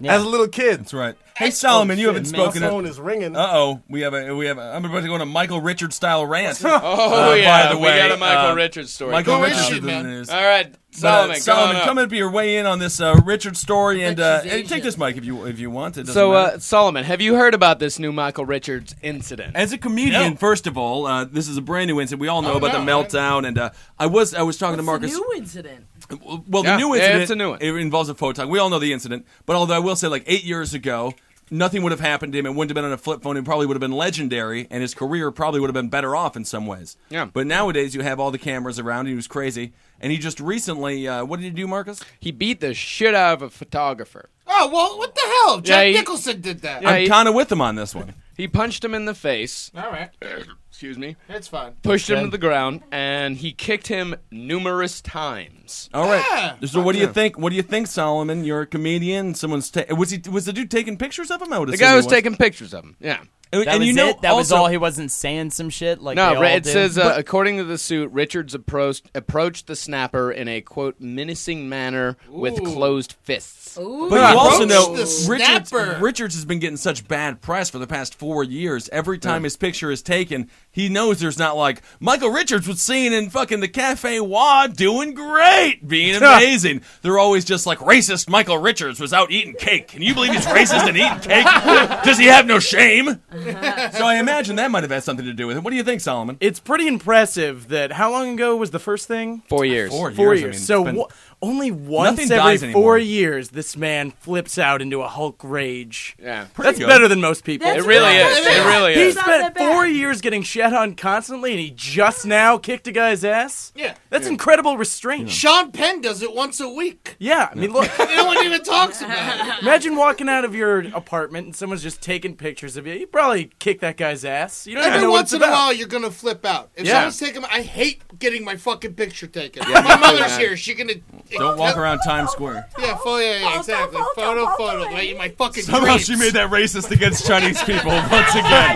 S6: As a little kid,
S2: That's right. Hey, Solomon, you
S6: shit,
S2: haven't
S6: man.
S2: spoken.
S6: My phone is ringing.
S2: Uh oh, we have a we have. A, I'm about to go on a Michael Richards style rant.
S4: Oh
S2: Uh,
S4: yeah,
S2: by the
S4: we
S2: way,
S4: got a Michael
S2: uh,
S4: Richards story.
S2: Michael
S1: Who is
S2: Richards
S1: she,
S2: is the
S1: man?
S2: news.
S4: All right,
S2: But, uh,
S4: Solomon, go on
S2: Solomon,
S4: up.
S2: come up your weigh in on this uh, Richard story and, uh, and take this mic if you if you want. It doesn't
S4: So,
S2: matter.
S4: uh, Solomon, have you heard about this new Michael Richards incident?
S2: As a comedian, first of all, uh, this is a brand new incident. We all know
S1: Oh,
S2: about the
S1: no, I-
S2: meltdown, and uh, I was I was talking to
S9: It's
S2: Marcus.
S9: a new incident.
S2: well, the
S4: Yeah,
S2: new
S4: yeah,
S2: incident.
S4: it's a new one.
S2: It involves a photog. We all know the incident, but although I will say, like eight years ago, nothing would have happened to him. It wouldn't have been on a flip phone. It probably would have been legendary, and his career probably would have been better off in some ways.
S4: Yeah.
S2: But nowadays, you have all the cameras around. And he was crazy, and he just recently. Uh, what did he do, Marcus?
S4: He beat the shit out of a photographer.
S1: Oh well, what the hell? Jack
S4: Yeah, he-
S1: Nicholson did that.
S4: Yeah.
S2: I'm
S4: he-
S2: kind of with him on this one.
S4: He punched him in the face.
S1: All right,
S4: Excuse me.
S1: that's fine.
S4: Pushed him to the ground, and he kicked him numerous times.
S2: All right.
S1: Yeah.
S2: so, what do you think? What do you think, Solomon? You're a comedian. Someone's ta- was he was the dude taking pictures of him? I would
S4: The
S2: assume
S4: guy
S2: he
S4: was taking pictures of him. Yeah.
S2: And,
S5: That
S2: and
S5: was
S2: you know,
S5: it. That was
S2: also-
S5: all. He wasn't saying some shit like they
S4: No,
S5: all
S4: it
S5: do.
S4: says uh, according to the suit, Richards approached approached the snapper in a quote menacing manner with closed fists.
S2: But you also
S1: Approach
S2: know
S1: the
S2: Richards,
S1: snapper.
S2: Richards has been getting such bad press for the past four years. Every time his picture is taken, he knows there's not like Michael Richards was seen in fucking the Cafe Wa doing great, being amazing. They're always just like racist. Michael Richards was out eating cake. Can you believe he's racist and eating cake? Does he have no shame? so I imagine that might have had something to do with it. What do you think, Solomon?
S10: It's pretty impressive that how long ago was the first thing?
S4: Four years.
S10: Four
S2: I
S10: years.
S2: mean,
S10: so
S2: it's been-
S10: wha- only once
S2: Nothing
S10: every
S2: dies
S10: four
S2: anymore.
S10: years, this man flips out into a Hulk rage.
S4: Yeah.
S10: That's
S2: good.
S10: better than most people.
S4: It really is. It really
S10: He
S4: is.
S10: spent four years getting shat on constantly, and he just now kicked a guy's ass.
S1: Yeah.
S10: that's incredible restraint.
S1: Sean Penn does it once a week.
S10: Yeah, I mean, look,
S1: No one even talks about it.
S10: imagine walking out of your apartment and someone's just taking pictures of you. You probably kick that guy's ass. You don't even
S1: Every
S10: know what it's
S1: once in a
S10: about.
S1: while, you're gonna flip out. If
S10: Yeah.
S1: someone's taking, my- I hate getting my fucking picture taken. my mother's here. She gonna
S2: don't walk around Times Square.
S1: Yeah, photo, yeah, yeah, exactly.
S7: photo,
S1: Photo,
S7: photo,
S1: photo.
S7: lady.
S1: Like, my fucking
S2: Somehow
S1: dreams.
S2: she made that racist against Chinese people once again.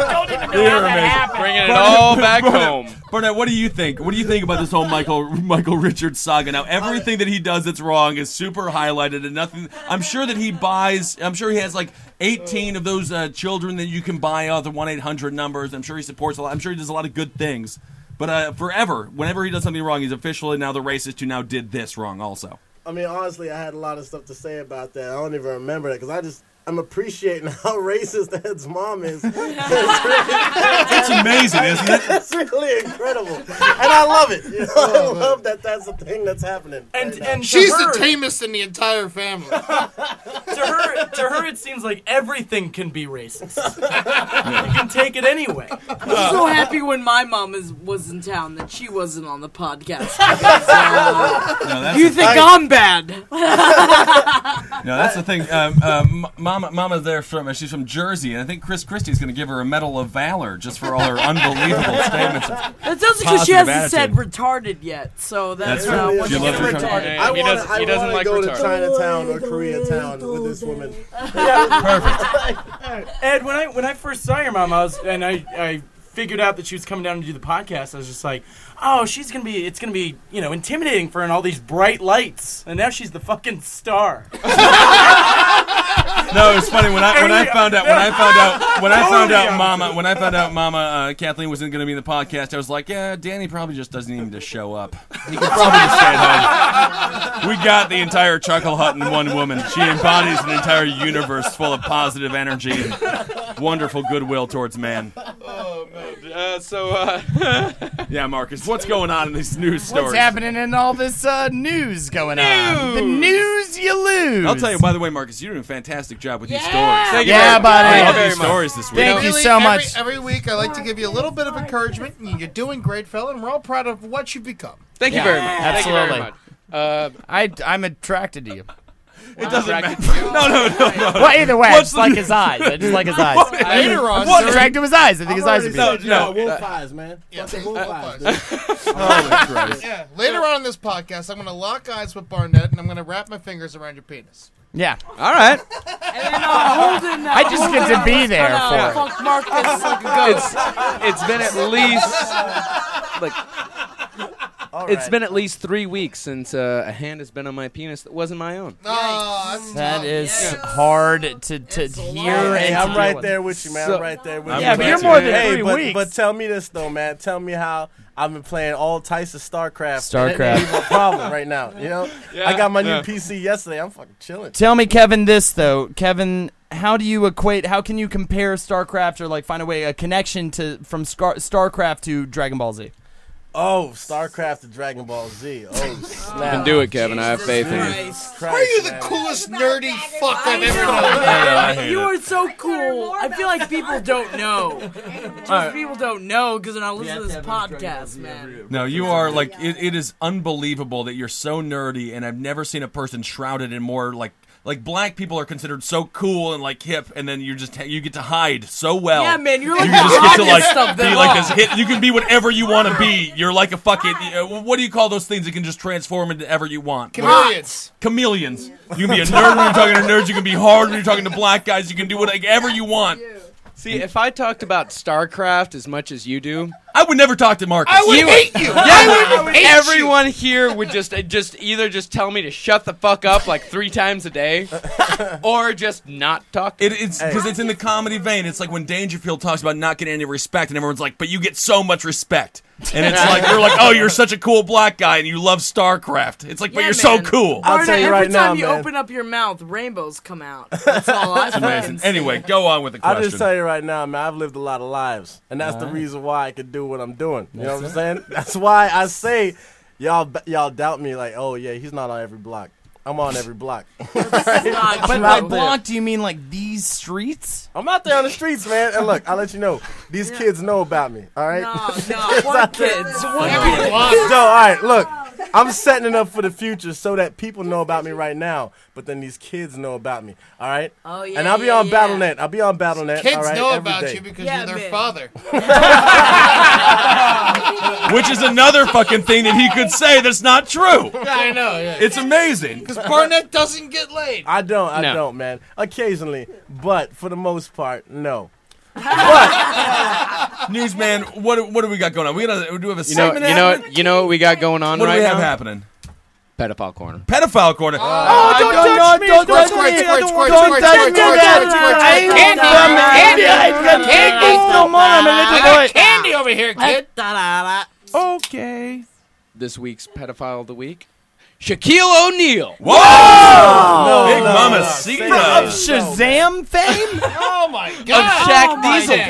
S4: Bringing it all back home.
S2: Burnett, what do you think? What do you think about this whole Michael Michael Richards saga? Now everything that he does that's wrong is super highlighted, and nothing. I'm sure that he buys. I'm sure he has like 18 of those uh, children that you can buy off the 1 800 numbers. I'm sure he supports a lot. I'm sure he does a lot of good things. But uh, forever, whenever he does something wrong, he's officially now the racist who now did this wrong also.
S6: I mean, honestly, I had a lot of stuff to say about that. I don't even remember that because I just I'm appreciating how racist Ed's mom is.
S2: It's amazing, isn't it?
S6: It's really incredible, and I love it. You know, I Oh, love that that's a thing that's happening.
S10: And,
S6: right now.
S10: and
S1: She's
S10: to her,
S1: the tamest in the entire family.
S10: to her, to her, it seems like everything can be racist. you can take it anyway.
S9: I'm so happy when my mom is was in town that she wasn't on the podcast. because, uh,
S2: No, that's,
S9: you think I'm bad?
S2: no, that's the thing. Um, um, M- Mom Mama, Mama, there from she's from Jersey, and I think Chris Christie's going to give her a Medal of Valor just for all her unbelievable statements. of
S9: That sounds because she
S2: positive
S9: hasn't
S2: attitude.
S9: said retarded yet, so uh, that's,
S2: That's
S9: not
S2: right.
S9: what
S2: She
S9: she's
S2: loves
S9: gonna
S2: retarded.
S9: retard.
S2: Hey,
S6: I
S2: he
S6: wanna-
S2: doesn't- he
S6: I
S2: doesn't
S6: wanna
S2: like
S6: go
S2: retarded.
S6: to Chinatown or Koreatown with this woman.
S10: Ed, when I when I first saw your mom, I was and I I figured out that she was coming down to do the podcast. I was just like, oh, she's gonna be it's gonna be you know intimidating for her and all these bright lights, and now she's the fucking star.
S2: No, it's funny when I when I found out when I found out when I found
S10: Totally
S2: out Mama when I found out Mama uh, Kathleen wasn't going to be in the podcast. I was like, yeah, Danny probably just doesn't need to show up. He could probably just stay at home. We got the entire Chuckle Hut in one woman. She embodies an entire universe full of positive energy and wonderful goodwill towards man.
S4: Uh, so, uh,
S2: Yeah, Marcus, what's going on in these news stories?
S5: What's happening in all this uh, news going on? The news you lose.
S2: I'll tell you. By the way, Marcus, you're doing a fantastic job with these stories.
S5: Thank you Yeah, very much. buddy.
S2: I love
S5: Thank you
S2: these
S5: very
S2: stories
S5: much.
S2: this week.
S5: Thank you
S11: Really,
S5: so
S11: every-
S5: much.
S11: Every, week, I like to give you a little bit of encouragement. and You're doing great, fella, and we're all proud of what you've become.
S4: Thank you very much. Thank you
S5: Absolutely.
S4: very much. Uh,
S5: I, I'm attracted to you.
S2: It doesn't matter. No, no, no, no.
S5: Well, either way, I
S2: What's
S5: just
S2: the-
S5: like his eyes. I just like his eyes.
S2: What-
S11: Later on,
S5: I'm
S11: sir.
S5: attracted to his eyes. I think his eyes are
S6: No,
S5: beautiful.
S6: no,
S2: no.
S6: wolf eyes, man. Fuck the wolf eyes, dude.
S10: Oh,
S11: Yeah. Later on in this podcast, I'm going to lock eyes with Barnett, and I'm going to wrap my fingers around your penis.
S5: Yeah.
S4: all right.
S5: I just get to be there for it.
S9: Fuck Marcus.
S4: It's it's been at least like it's been at least three weeks since uh, a hand has been on my penis that wasn't my own.
S11: Oh, that's
S5: That
S11: tough.
S5: is hard to, to hear
S6: Hey,
S5: and to
S6: I'm
S5: deal
S6: right
S5: with.
S6: there with you, man.
S4: So-
S6: I'm right there with
S2: I'm
S6: you.
S2: Yeah, but right you're there. more than
S6: hey,
S5: three
S6: but,
S5: weeks.
S6: But tell me this though, man. Tell me how I've been playing all types of StarCraft. and it ain't
S5: StarCraft.
S6: even a problem right now. You know, I got my new PC yesterday. I'm fucking chilling.
S5: Tell me, Kevin, this though. Kevin, how do you equate? How can you compare StarCraft or like find a way a connection to from Scar- StarCraft to Dragon Ball Z?
S6: Oh, StarCraft to Dragon Ball Z. Oh, snap.
S4: Can do it, Kevin. I have faith in you.
S6: Christ,
S11: Are you the
S6: man.
S11: coolest nerdy fuck I've ever known?
S2: I hate
S9: You
S2: it.
S9: are so cool. I feel like people don't know. Just people don't know because they're not listening to this podcast, man.
S2: No, you are like it, it is unbelievable that you're so nerdy, and I've never seen a person shrouded in more like like black people are considered so cool and like hip, and then you just you get to hide so well.
S9: Yeah, man, you're like
S2: You
S9: the
S2: just get to
S9: hottest of
S2: like be
S9: them
S2: like
S9: all.
S2: this hit. You can be whatever you want to be. You're like a fucking. Uh, what do you call those things that can just transform into ever you want?
S11: Chameleons.
S2: Chameleons. You can be a nerd when you're talking to nerds. You can be hard when you're talking to black guys. You can do whatever you want.
S4: See, if I talked about StarCraft as much as you do,
S2: I would never talk to Marcus.
S11: I would hate you. I would hate you.
S4: everyone here would just uh, just either just tell me to shut the fuck up like three times a day, or just not talk.
S2: It, it's because it's in the comedy vein. It's like when Dangerfield talks about not getting any respect, and everyone's like, "But you get so much respect," and it's like you're like, "Oh, you're such a cool black guy, and you love StarCraft." It's like, "But
S9: Yeah,
S2: you're so
S9: man.
S2: cool."
S6: I'll tell you
S9: every
S6: right now,
S9: time you
S6: man.
S9: open up your mouth, rainbows come out. That's all I fucking
S2: Amazing.
S9: see.
S2: Anyway, go on with the
S6: I'll
S2: question.
S6: just tell you right now, man, I've lived a lot of lives. And that's the reason why I can do what I'm doing. You know what I'm saying? That's why I say y'all b- y'all doubt me like, "Oh yeah, he's not on every block." I'm on every block.
S9: God,
S5: But
S9: you
S5: by
S9: know.
S5: block, do you mean like these streets?
S6: I'm out there on the streets, man. And look, I'll let you know. These kids know about me, all right?
S9: No, no, what kids? What kids?
S6: So, all right, look. I'm setting it up for the future so that people know about me right now, but then these kids know about me, all right?
S9: Oh, yeah,
S6: And I'll be
S9: yeah,
S6: on
S9: yeah.
S6: BattleNet. I'll be on BattleNet,
S11: Kids
S6: all right?
S11: know
S6: every
S11: about
S6: day.
S11: you because
S9: Yeah,
S11: you're their
S9: man.
S11: father.
S2: Which is another fucking thing that he could say that's not true.
S11: I know. Yeah.
S2: It's amazing.
S11: Because Barnett doesn't get laid.
S6: I don't. I
S4: No.
S6: don't, man. Occasionally, but for the most part, no.
S2: Newsman, what what do we got going on? We got a, do we have a
S4: You know,
S2: segment.
S4: you know,
S2: happening?
S4: what- you know what we got going on
S2: what do
S4: right
S2: we have
S4: now?
S2: happening?
S4: Pedophile corner.
S2: Pedophile corner.
S11: Oh,
S5: don't touch me! Don't
S11: Squirt, squirt, squirt, squirt, squirt, squirt, squirt, squirt, squirt, squirt, squirt.
S5: Candy, candy, candy, no more. I'm a little boy.
S11: Candy over here, kid.
S5: Okay.
S4: This week's pedophile of the week, Shaquille O'Neal.
S2: Whoa!
S6: Oh,
S2: Big Mama Sita.
S5: Of Shazam fame?
S11: Oh my god.
S4: Shaq
S9: Oh
S4: Diesel
S11: God.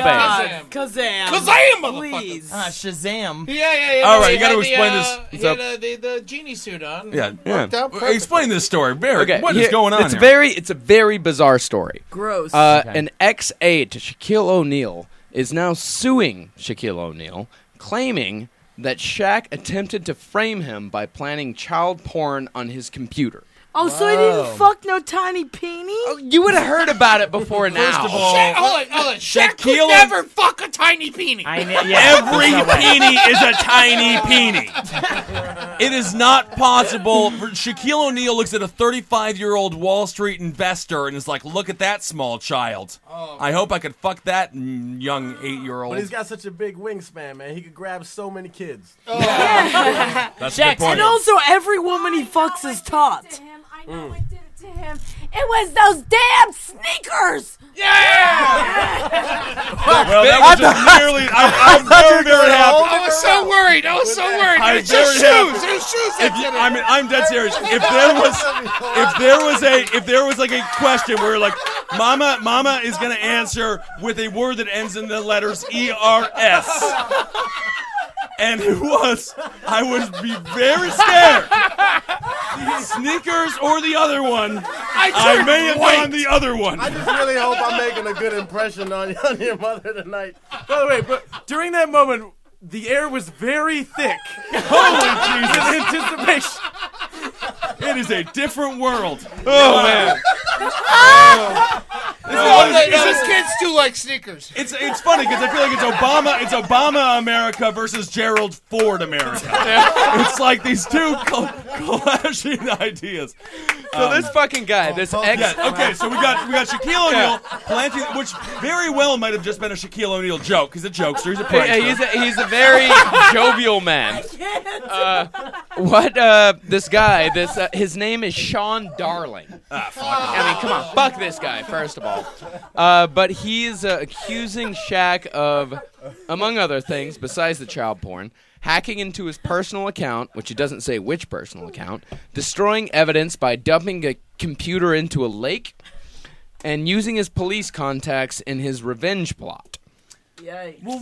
S4: fame.
S11: Kazam.
S9: Kazam.
S11: Kazam, motherfucker.
S9: Please.
S5: Ah, Shazam.
S11: Yeah, yeah, yeah.
S2: All
S11: no,
S2: right,
S11: he
S2: you gotta
S11: had the,
S2: explain
S11: uh,
S2: this.
S11: He had
S2: So-
S11: uh, the, the genie suit on.
S2: Yeah,
S11: Worked
S2: yeah.
S11: out perfect.
S2: Explain this story, Barry.
S4: Okay,
S2: What is
S4: here-
S2: going on
S4: It's
S2: here?
S4: very, it's a very bizarre story.
S9: Gross.
S4: Uh, An ex aide to Shaquille O'Neal is now suing Shaquille O'Neal, claiming that Shaq attempted to frame him by planning child porn on his computer.
S9: Oh, so I
S4: Wow.
S9: didn't fuck no tiny peenie?
S4: You would have heard about it before now.
S1: First of all, Shaq- hold on, hold on. Shaq could
S4: Keelan-
S1: never fuck a tiny peenie.
S5: I
S2: Every peenie is a tiny peenie. It is not possible. for- Shaquille O'Neal looks at a 35 year old Wall Street investor and is like, look at that small child.
S11: Oh.
S2: I hope I could fuck that mm, young eight year old.
S6: But he's got such a big wingspan, man. He could grab so many kids.
S2: That's a good point.
S9: And also, every woman he fucks is taut.
S11: Mm.
S7: to him. It was those damn sneakers. Yeah.
S2: Oh,
S1: Well, that was just nearly. I, am very, very happy. I was so worried. I was so worried.
S2: I'm
S1: It's just
S2: very happy.
S1: shoes. It's shoes.
S2: If you- I mean, I'm dead serious. If there was, if there was a, if there was like a question where like, Mama, Mama is gonna answer with a word that ends in the letters E R S, and it was, I would be very scared. The Sneakers or the other one. I,
S6: turned
S2: may have
S6: white.
S2: gone the other one.
S6: I just really hope I'm making a good impression on, on your mother tonight. By the way, but during that moment, the air was very thick.
S2: Holy Jesus! Anticipation. It is a different world. Oh man.
S11: Is this kids do like sneakers?
S2: It's it's funny because I feel like it's Obama it's Obama America versus Gerald Ford America. it's like these two col- clashing ideas.
S4: So this fucking guy, this ex.
S2: yeah, okay, so we got we got Shaquille O'Neal planting, which very well might have just been a Shaquille O'Neal joke. He's a jokester. He's a prankster.
S4: Yeah, he's a, he's a very jovial man. Uh, what uh, this guy? This uh, his name is Sean Darling. I mean, come on, fuck this guy first of all. Uh, but he is uh, accusing Shaq of, among other things, besides the child porn, hacking into his personal account, which he doesn't say which personal account, destroying evidence by dumping a computer into a lake, and using his police contacts in his revenge plot.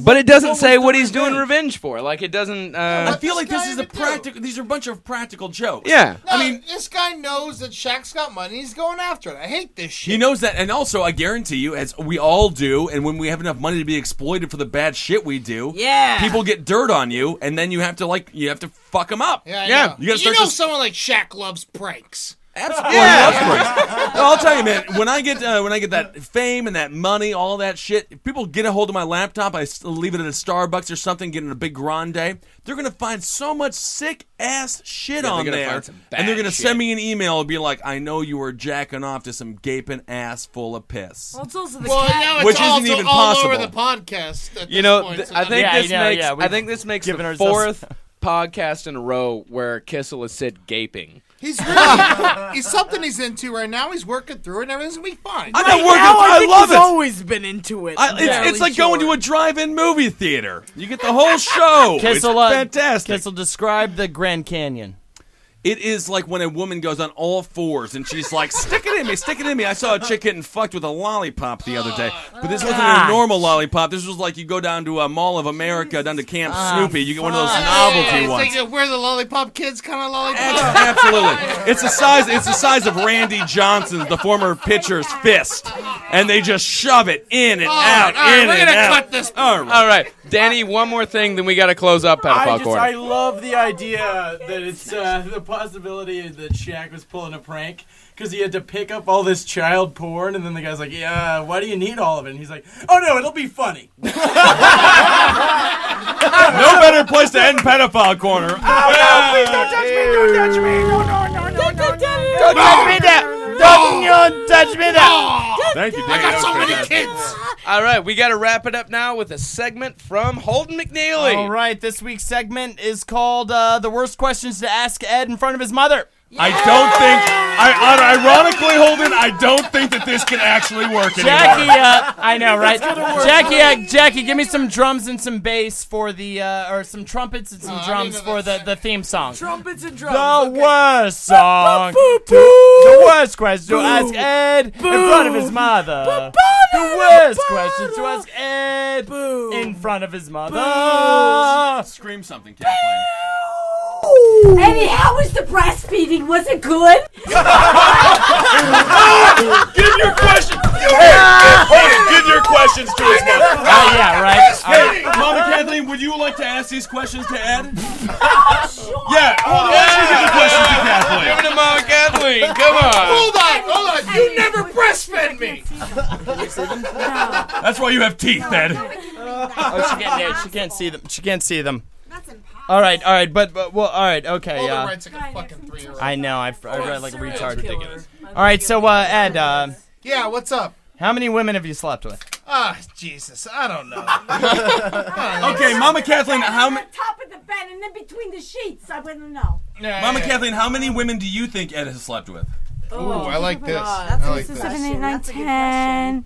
S4: But it doesn't say what he's doing revenge for. Like it doesn't. Uh,
S2: I feel like this is a practical. These are a bunch of practical jokes.
S4: Yeah.
S11: No, I mean, this guy knows that Shaq's got money. He's going after it. I hate this shit.
S2: He knows that, and also I guarantee you, as we all do, and when we have enough money to be exploited for the bad shit we do,
S11: Yeah.
S2: people get dirt on you, and then you have to like you have to fuck them up.
S11: Yeah, I Know.
S2: you gotta start
S11: know
S2: to
S11: someone like Shaq loves pranks.
S2: Absolutely. I'll tell you, man. When I get uh, when I get that fame and that money, all that shit, if people get a hold of my laptop. I s- leave it at a Starbucks or something, get in a big grande. They're gonna find so much sick ass shit
S4: Yeah, they're
S2: on
S4: gonna
S2: there,
S4: find some bad
S2: and they're gonna
S4: shit.
S2: send me an email and be like, "I know you were jacking off to some gaping ass full of piss."
S9: Well, it's also the
S11: Well,
S9: cat.
S11: now it's
S2: Which
S11: all,
S2: isn't even
S11: all over
S2: possible.
S11: the podcast. At
S4: you
S11: this
S4: know,
S11: point,
S4: th-
S11: so
S4: I think
S11: doesn't-
S4: this makes. I think this makes the
S5: ourselves-
S4: fourth podcast in a row where Kissel has said gaping.
S11: he's really he's something he's into right now. He's working through it, and everything's gonna be fine.
S2: I'm not working.
S9: now I
S2: I,
S9: think
S2: love
S9: he's
S2: it.
S9: always been into it.
S2: I- it's,
S9: Barely
S2: it's like
S9: sure.
S2: going to a drive-in movie theater. You get the whole show. it's
S5: Kissel, uh,
S2: fantastic.
S5: Kissel, describe the Grand Canyon.
S2: It is like when a woman goes on all fours and she's like, "Stick it in me, stick it in me." I saw a chick getting fucked with a lollipop the other day, but this wasn't
S5: God.
S2: a normal lollipop. This was like you go down to a Mall of America, down to Camp
S5: Ah,
S2: Snoopy, you get one of those
S11: Yeah,
S2: novelty
S11: it's
S2: ones.
S11: Like, uh, we're the lollipop kids, kind of lollipop.
S2: Absolutely, it's the size. It's the size of Randy Johnson's, the former pitcher's fist, and they just shove it in and
S11: All right,
S2: out,
S11: Oh, all right,
S2: in
S11: we're
S2: and
S11: gonna
S2: out.
S11: cut this.
S2: All right.
S4: All right, Danny. One more thing, then we got to close up
S10: I
S4: pedophile
S10: just I
S4: corner.
S10: love the idea that it's uh, the possibility that Shaq was pulling a prank because he had to pick up all this child porn, and then the guy's like, "Yeah, why do you need all of it?" And he's like, "Oh no, it'll be funny."
S2: No better place to end pedophile corner.
S1: Don't touch me. Don't touch me. No, no, no, no, no, no.
S5: Don't touch
S11: Oh.
S5: me there. Don't you touch me there.
S2: Thank you,
S11: I
S2: Danny.
S11: got so many kids.
S4: All right, we got to wrap it up now with a segment from Holden McNeely.
S5: All right, this week's segment is called uh, "The Worst Questions to Ask Ed in Front of His Mother."
S2: I don't think. I ironically, Holden, I don't think that this can actually work anymore.
S5: Jackie, uh, I know, right? Jackie, uh, Jackie, give me some drums and some bass for the, uh, or some trumpets
S11: Oh,
S5: and some drums for the, the theme song.
S9: Trumpets and drums.
S5: The
S9: okay.
S5: worst song. to- The worst question to ask Ed in front of his mother. The worst question to ask Ed in front of his mother.
S2: Scream something, Kathleen.
S7: Eddie, how was the breastfeeding? Was it good?
S2: Give your question. Hey, Holden, give your questions to his mother.
S5: Oh, yeah, right?
S2: Hey, Mama Kathleen, would you like to ask these questions to Ed? Yeah, hold on. Let's get the questions to Kathleen.
S4: Give it to Mama Kathleen. mean, come on.
S11: Hold on, hold on. You never breastfed me.
S2: That's why you have teeth, Ed.
S5: oh, she can't, yeah, she can't see them. She can't see them. All right, all right, but, but well, all right, okay.
S11: All the
S5: uh,
S11: rights like a fucking three-year-old.
S5: I know, I, I read like a
S11: Serious
S5: retard.
S11: killer.
S5: All right, so uh, Ed, uh,
S11: Yeah, what's up?
S5: how many women have you slept with?
S11: Ah, Jesus, I don't know.
S2: okay, Mama Kathleen, how many?
S7: Top of the bed and then between the sheets. I wouldn't know.
S2: Mama Kathleen, how many women do you think Ed has slept with?
S11: Ooh, I like this.
S7: That's
S11: I like
S7: six,
S11: this.
S7: seven, eight,
S11: Question.
S7: nine,
S11: That's a good
S7: 10.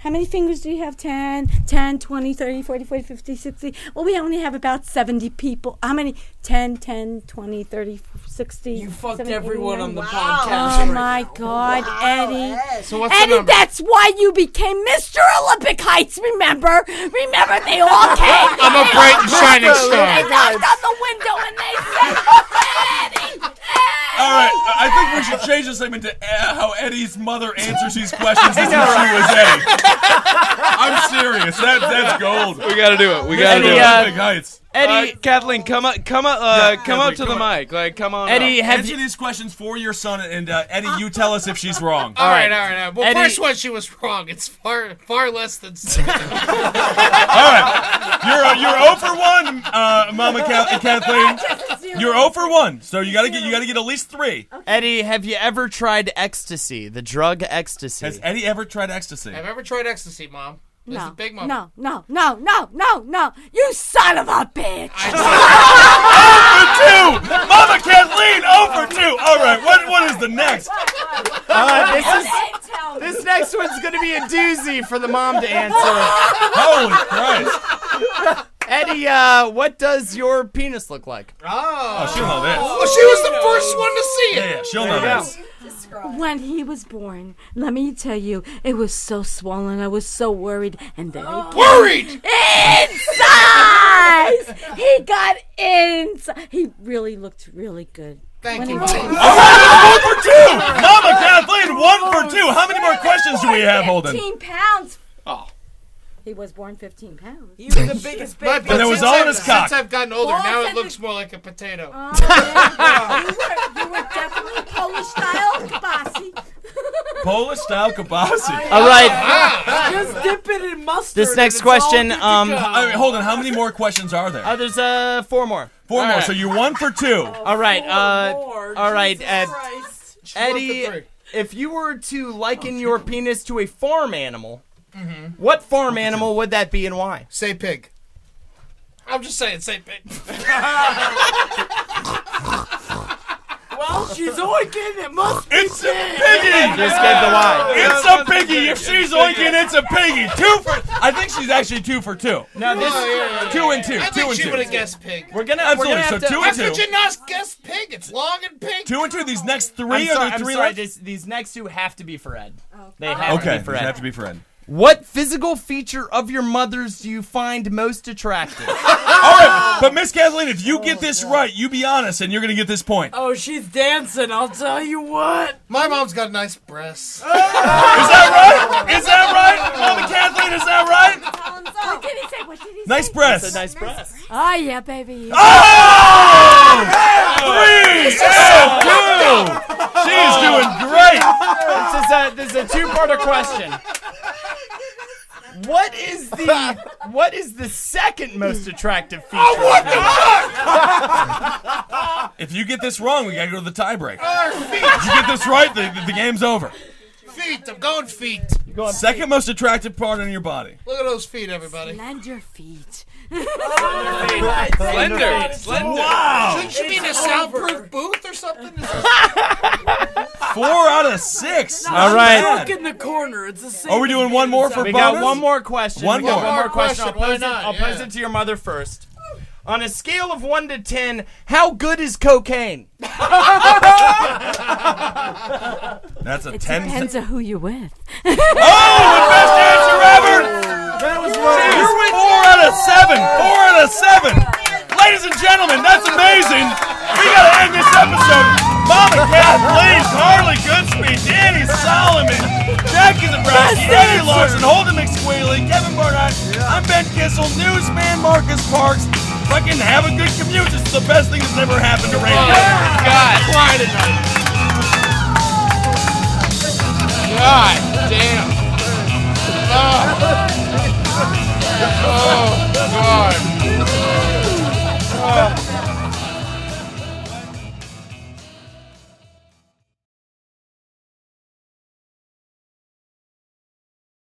S7: How many fingers do you have? 10, 10, 20, 30, 40, 40, 50, 60. Well, we only have about 70 people. How many? 10, 10, 20, 30, 60. You
S9: fucked everyone on the podcast
S7: Oh,
S9: right
S7: my God, Eddie.
S11: So what's the
S7: Eddie,
S11: number?
S7: that's why you became Mr. Olympic Heights, remember? Remember, they all came.
S11: I'm a bright and shining
S7: They
S11: star.
S7: knocked on the window and they said,
S2: All right, I I think we should change the segment to uh, how Eddie's mother answers these questions as if she was Eddie. I'm serious. That that's gold.
S4: We gotta do it. We gotta
S5: Eddie,
S4: do it.
S5: uh,
S2: Big heights.
S5: Eddie,
S4: Uh, Kathleen, come up, come up, uh, come up
S2: Kathleen,
S4: to the
S2: come on.
S4: mic. Like, come on.
S5: Eddie,
S4: up.
S5: have
S2: Answer
S5: you?
S2: these questions for your son, and uh, Eddie, you tell us if she's wrong.
S11: All right, all right, all right. Well,
S5: Eddie-
S11: first one she was wrong. It's far, far less than six.
S2: You're uh, you're 0 for one, uh, Mama Kath- Kathleen. You're 0 for one, so you gotta get you gotta get at least three.
S5: Eddie, have you ever tried ecstasy, the drug ecstasy?
S2: Has Eddie ever tried ecstasy?
S11: Have you ever tried ecstasy, Mom? This is
S7: No,
S11: big moment.
S7: no, no, no, no, no, no. You son of a bitch.
S2: Two, Mama Kathleen, 0 for two. All right, what what is the next?
S5: Uh, this is
S7: Hey, tell me.
S5: this next one's gonna be a doozy for the mom to answer.
S2: Holy Christ!
S5: Eddie, uh, what does your penis look like?
S2: Oh, she'll know this.
S11: Well, she was the first one to see
S2: Yeah,
S11: it.
S2: she'll know
S5: go.
S2: this.
S7: When he was born, let me tell you, it was so swollen. I was so worried. And then he came
S11: Worried.
S7: inside. he got inside. He really looked really good.
S11: Thank you.
S2: One for two! Mama Kathleen, one for two! How many more questions do we have, Holden?
S7: 15 pounds.
S11: Oh.
S7: He was born 15 pounds.
S9: You were the biggest
S11: But,
S9: baby.
S11: but
S2: that was
S11: since
S2: all in
S11: I've-
S2: his cock.
S11: Since I've gotten older,
S7: Balls
S11: now
S7: in
S11: it
S7: the-
S11: looks more like a potato.
S7: Oh, there you, go. you, were, you were definitely Polish style kibasi.
S2: Polish style kibasi.
S5: All right.
S11: Ah,
S9: Just dip it in mustard.
S5: This
S9: and
S5: next
S9: it's all
S5: question,
S9: good to
S5: um,
S9: go.
S2: All right, Holden, how many more questions are there?
S5: Oh, there's uh four more.
S2: Four more,
S4: right.
S2: so you one for two.
S5: All right. Uh,
S9: Lord,
S5: all right,
S9: Jesus
S5: Ed.
S9: Christ.
S5: Eddie,
S11: three. Oh,
S5: if you were to liken your penis to a farm animal,
S11: Mm-hmm.
S5: what farm animal would that be and why?
S11: Say pig. I'm just saying, say pig.
S9: Well, she's oinking. It must be.
S2: It's a piggy!
S5: Just gave the why.
S2: It's a piggy! If she's oinking, it's a piggy! Two for... I think she's actually two for two.
S5: Now this,
S2: Two and two,
S11: I
S2: two
S11: think
S2: and
S11: she would
S2: two.
S11: have guessed pig.
S5: we're gonna
S2: Absolutely,
S5: We're gonna
S2: so
S5: have to,
S2: two
S11: How
S2: and two.
S11: could you not guess pig? It's long and pig.
S2: Two and two, these next
S5: I'm
S2: three
S5: sorry,
S2: are there
S5: I'm
S2: three
S5: sorry
S2: left?
S5: this, these next two have to be for Ed. They have to
S2: Okay,
S5: be for
S2: these
S5: Ed.
S2: have to be friend.
S5: What physical feature of your mother's do you find most attractive?
S2: All right, but Miss Kathleen, if you get this right, you be honest, and you're going to get this point.
S9: Oh, she's dancing. I'll tell you what.
S11: My mom's got nice breasts.
S2: Is that right? Is that right? Mama Kathleen, is that right?
S7: What did he say? What did he
S2: Nice
S7: say?
S2: breasts.
S5: nice breast.
S7: Oh, yeah, baby.
S2: Ah! Oh! Three and two. She's doing great.
S5: This is a this is a two-parter question. What is the what is the second most attractive feature?
S2: If you get this wrong, we gotta go to the tiebreak. If you get this right, the, the, the game's over.
S11: Feet. I'm going feet.
S2: Second most attractive part on your body.
S11: Look at those feet, everybody.
S7: Land your feet.
S4: Slender. Slender.
S2: Wow.
S11: Shouldn't she be in a soundproof booth or something?
S2: Four out of six. Not
S5: All right.
S9: Look in the corner. It's the same.
S2: Are we doing one more for
S5: We
S2: bonus?
S5: got one more question.
S2: One
S5: we got
S2: more.
S5: one more
S11: More
S5: question.
S11: question,
S5: I'll,
S11: why
S5: pose,
S11: not?
S5: It, I'll pose
S11: Yeah.
S5: it to your mother first. On a scale of one to ten, how good is cocaine?
S2: That's a
S7: It
S2: ten.
S7: depends on who you're with.
S2: Best answer ever.
S5: That was
S2: Jeez, four out of seven. Four out of seven. Ladies and gentlemen, that's amazing. We gotta end this episode. Mama Kathleen, Carly Goodspeed, Danny Solomon, Jackie Zabrowski, Eddie Larson, Holden McSquealy, Kevin Barnett. I'm Ben Kissel, newsman Marcus Parks. Fucking have a good commute. This is the best thing that's ever happened to radio.
S4: God.
S2: Friday night.
S1: Damn.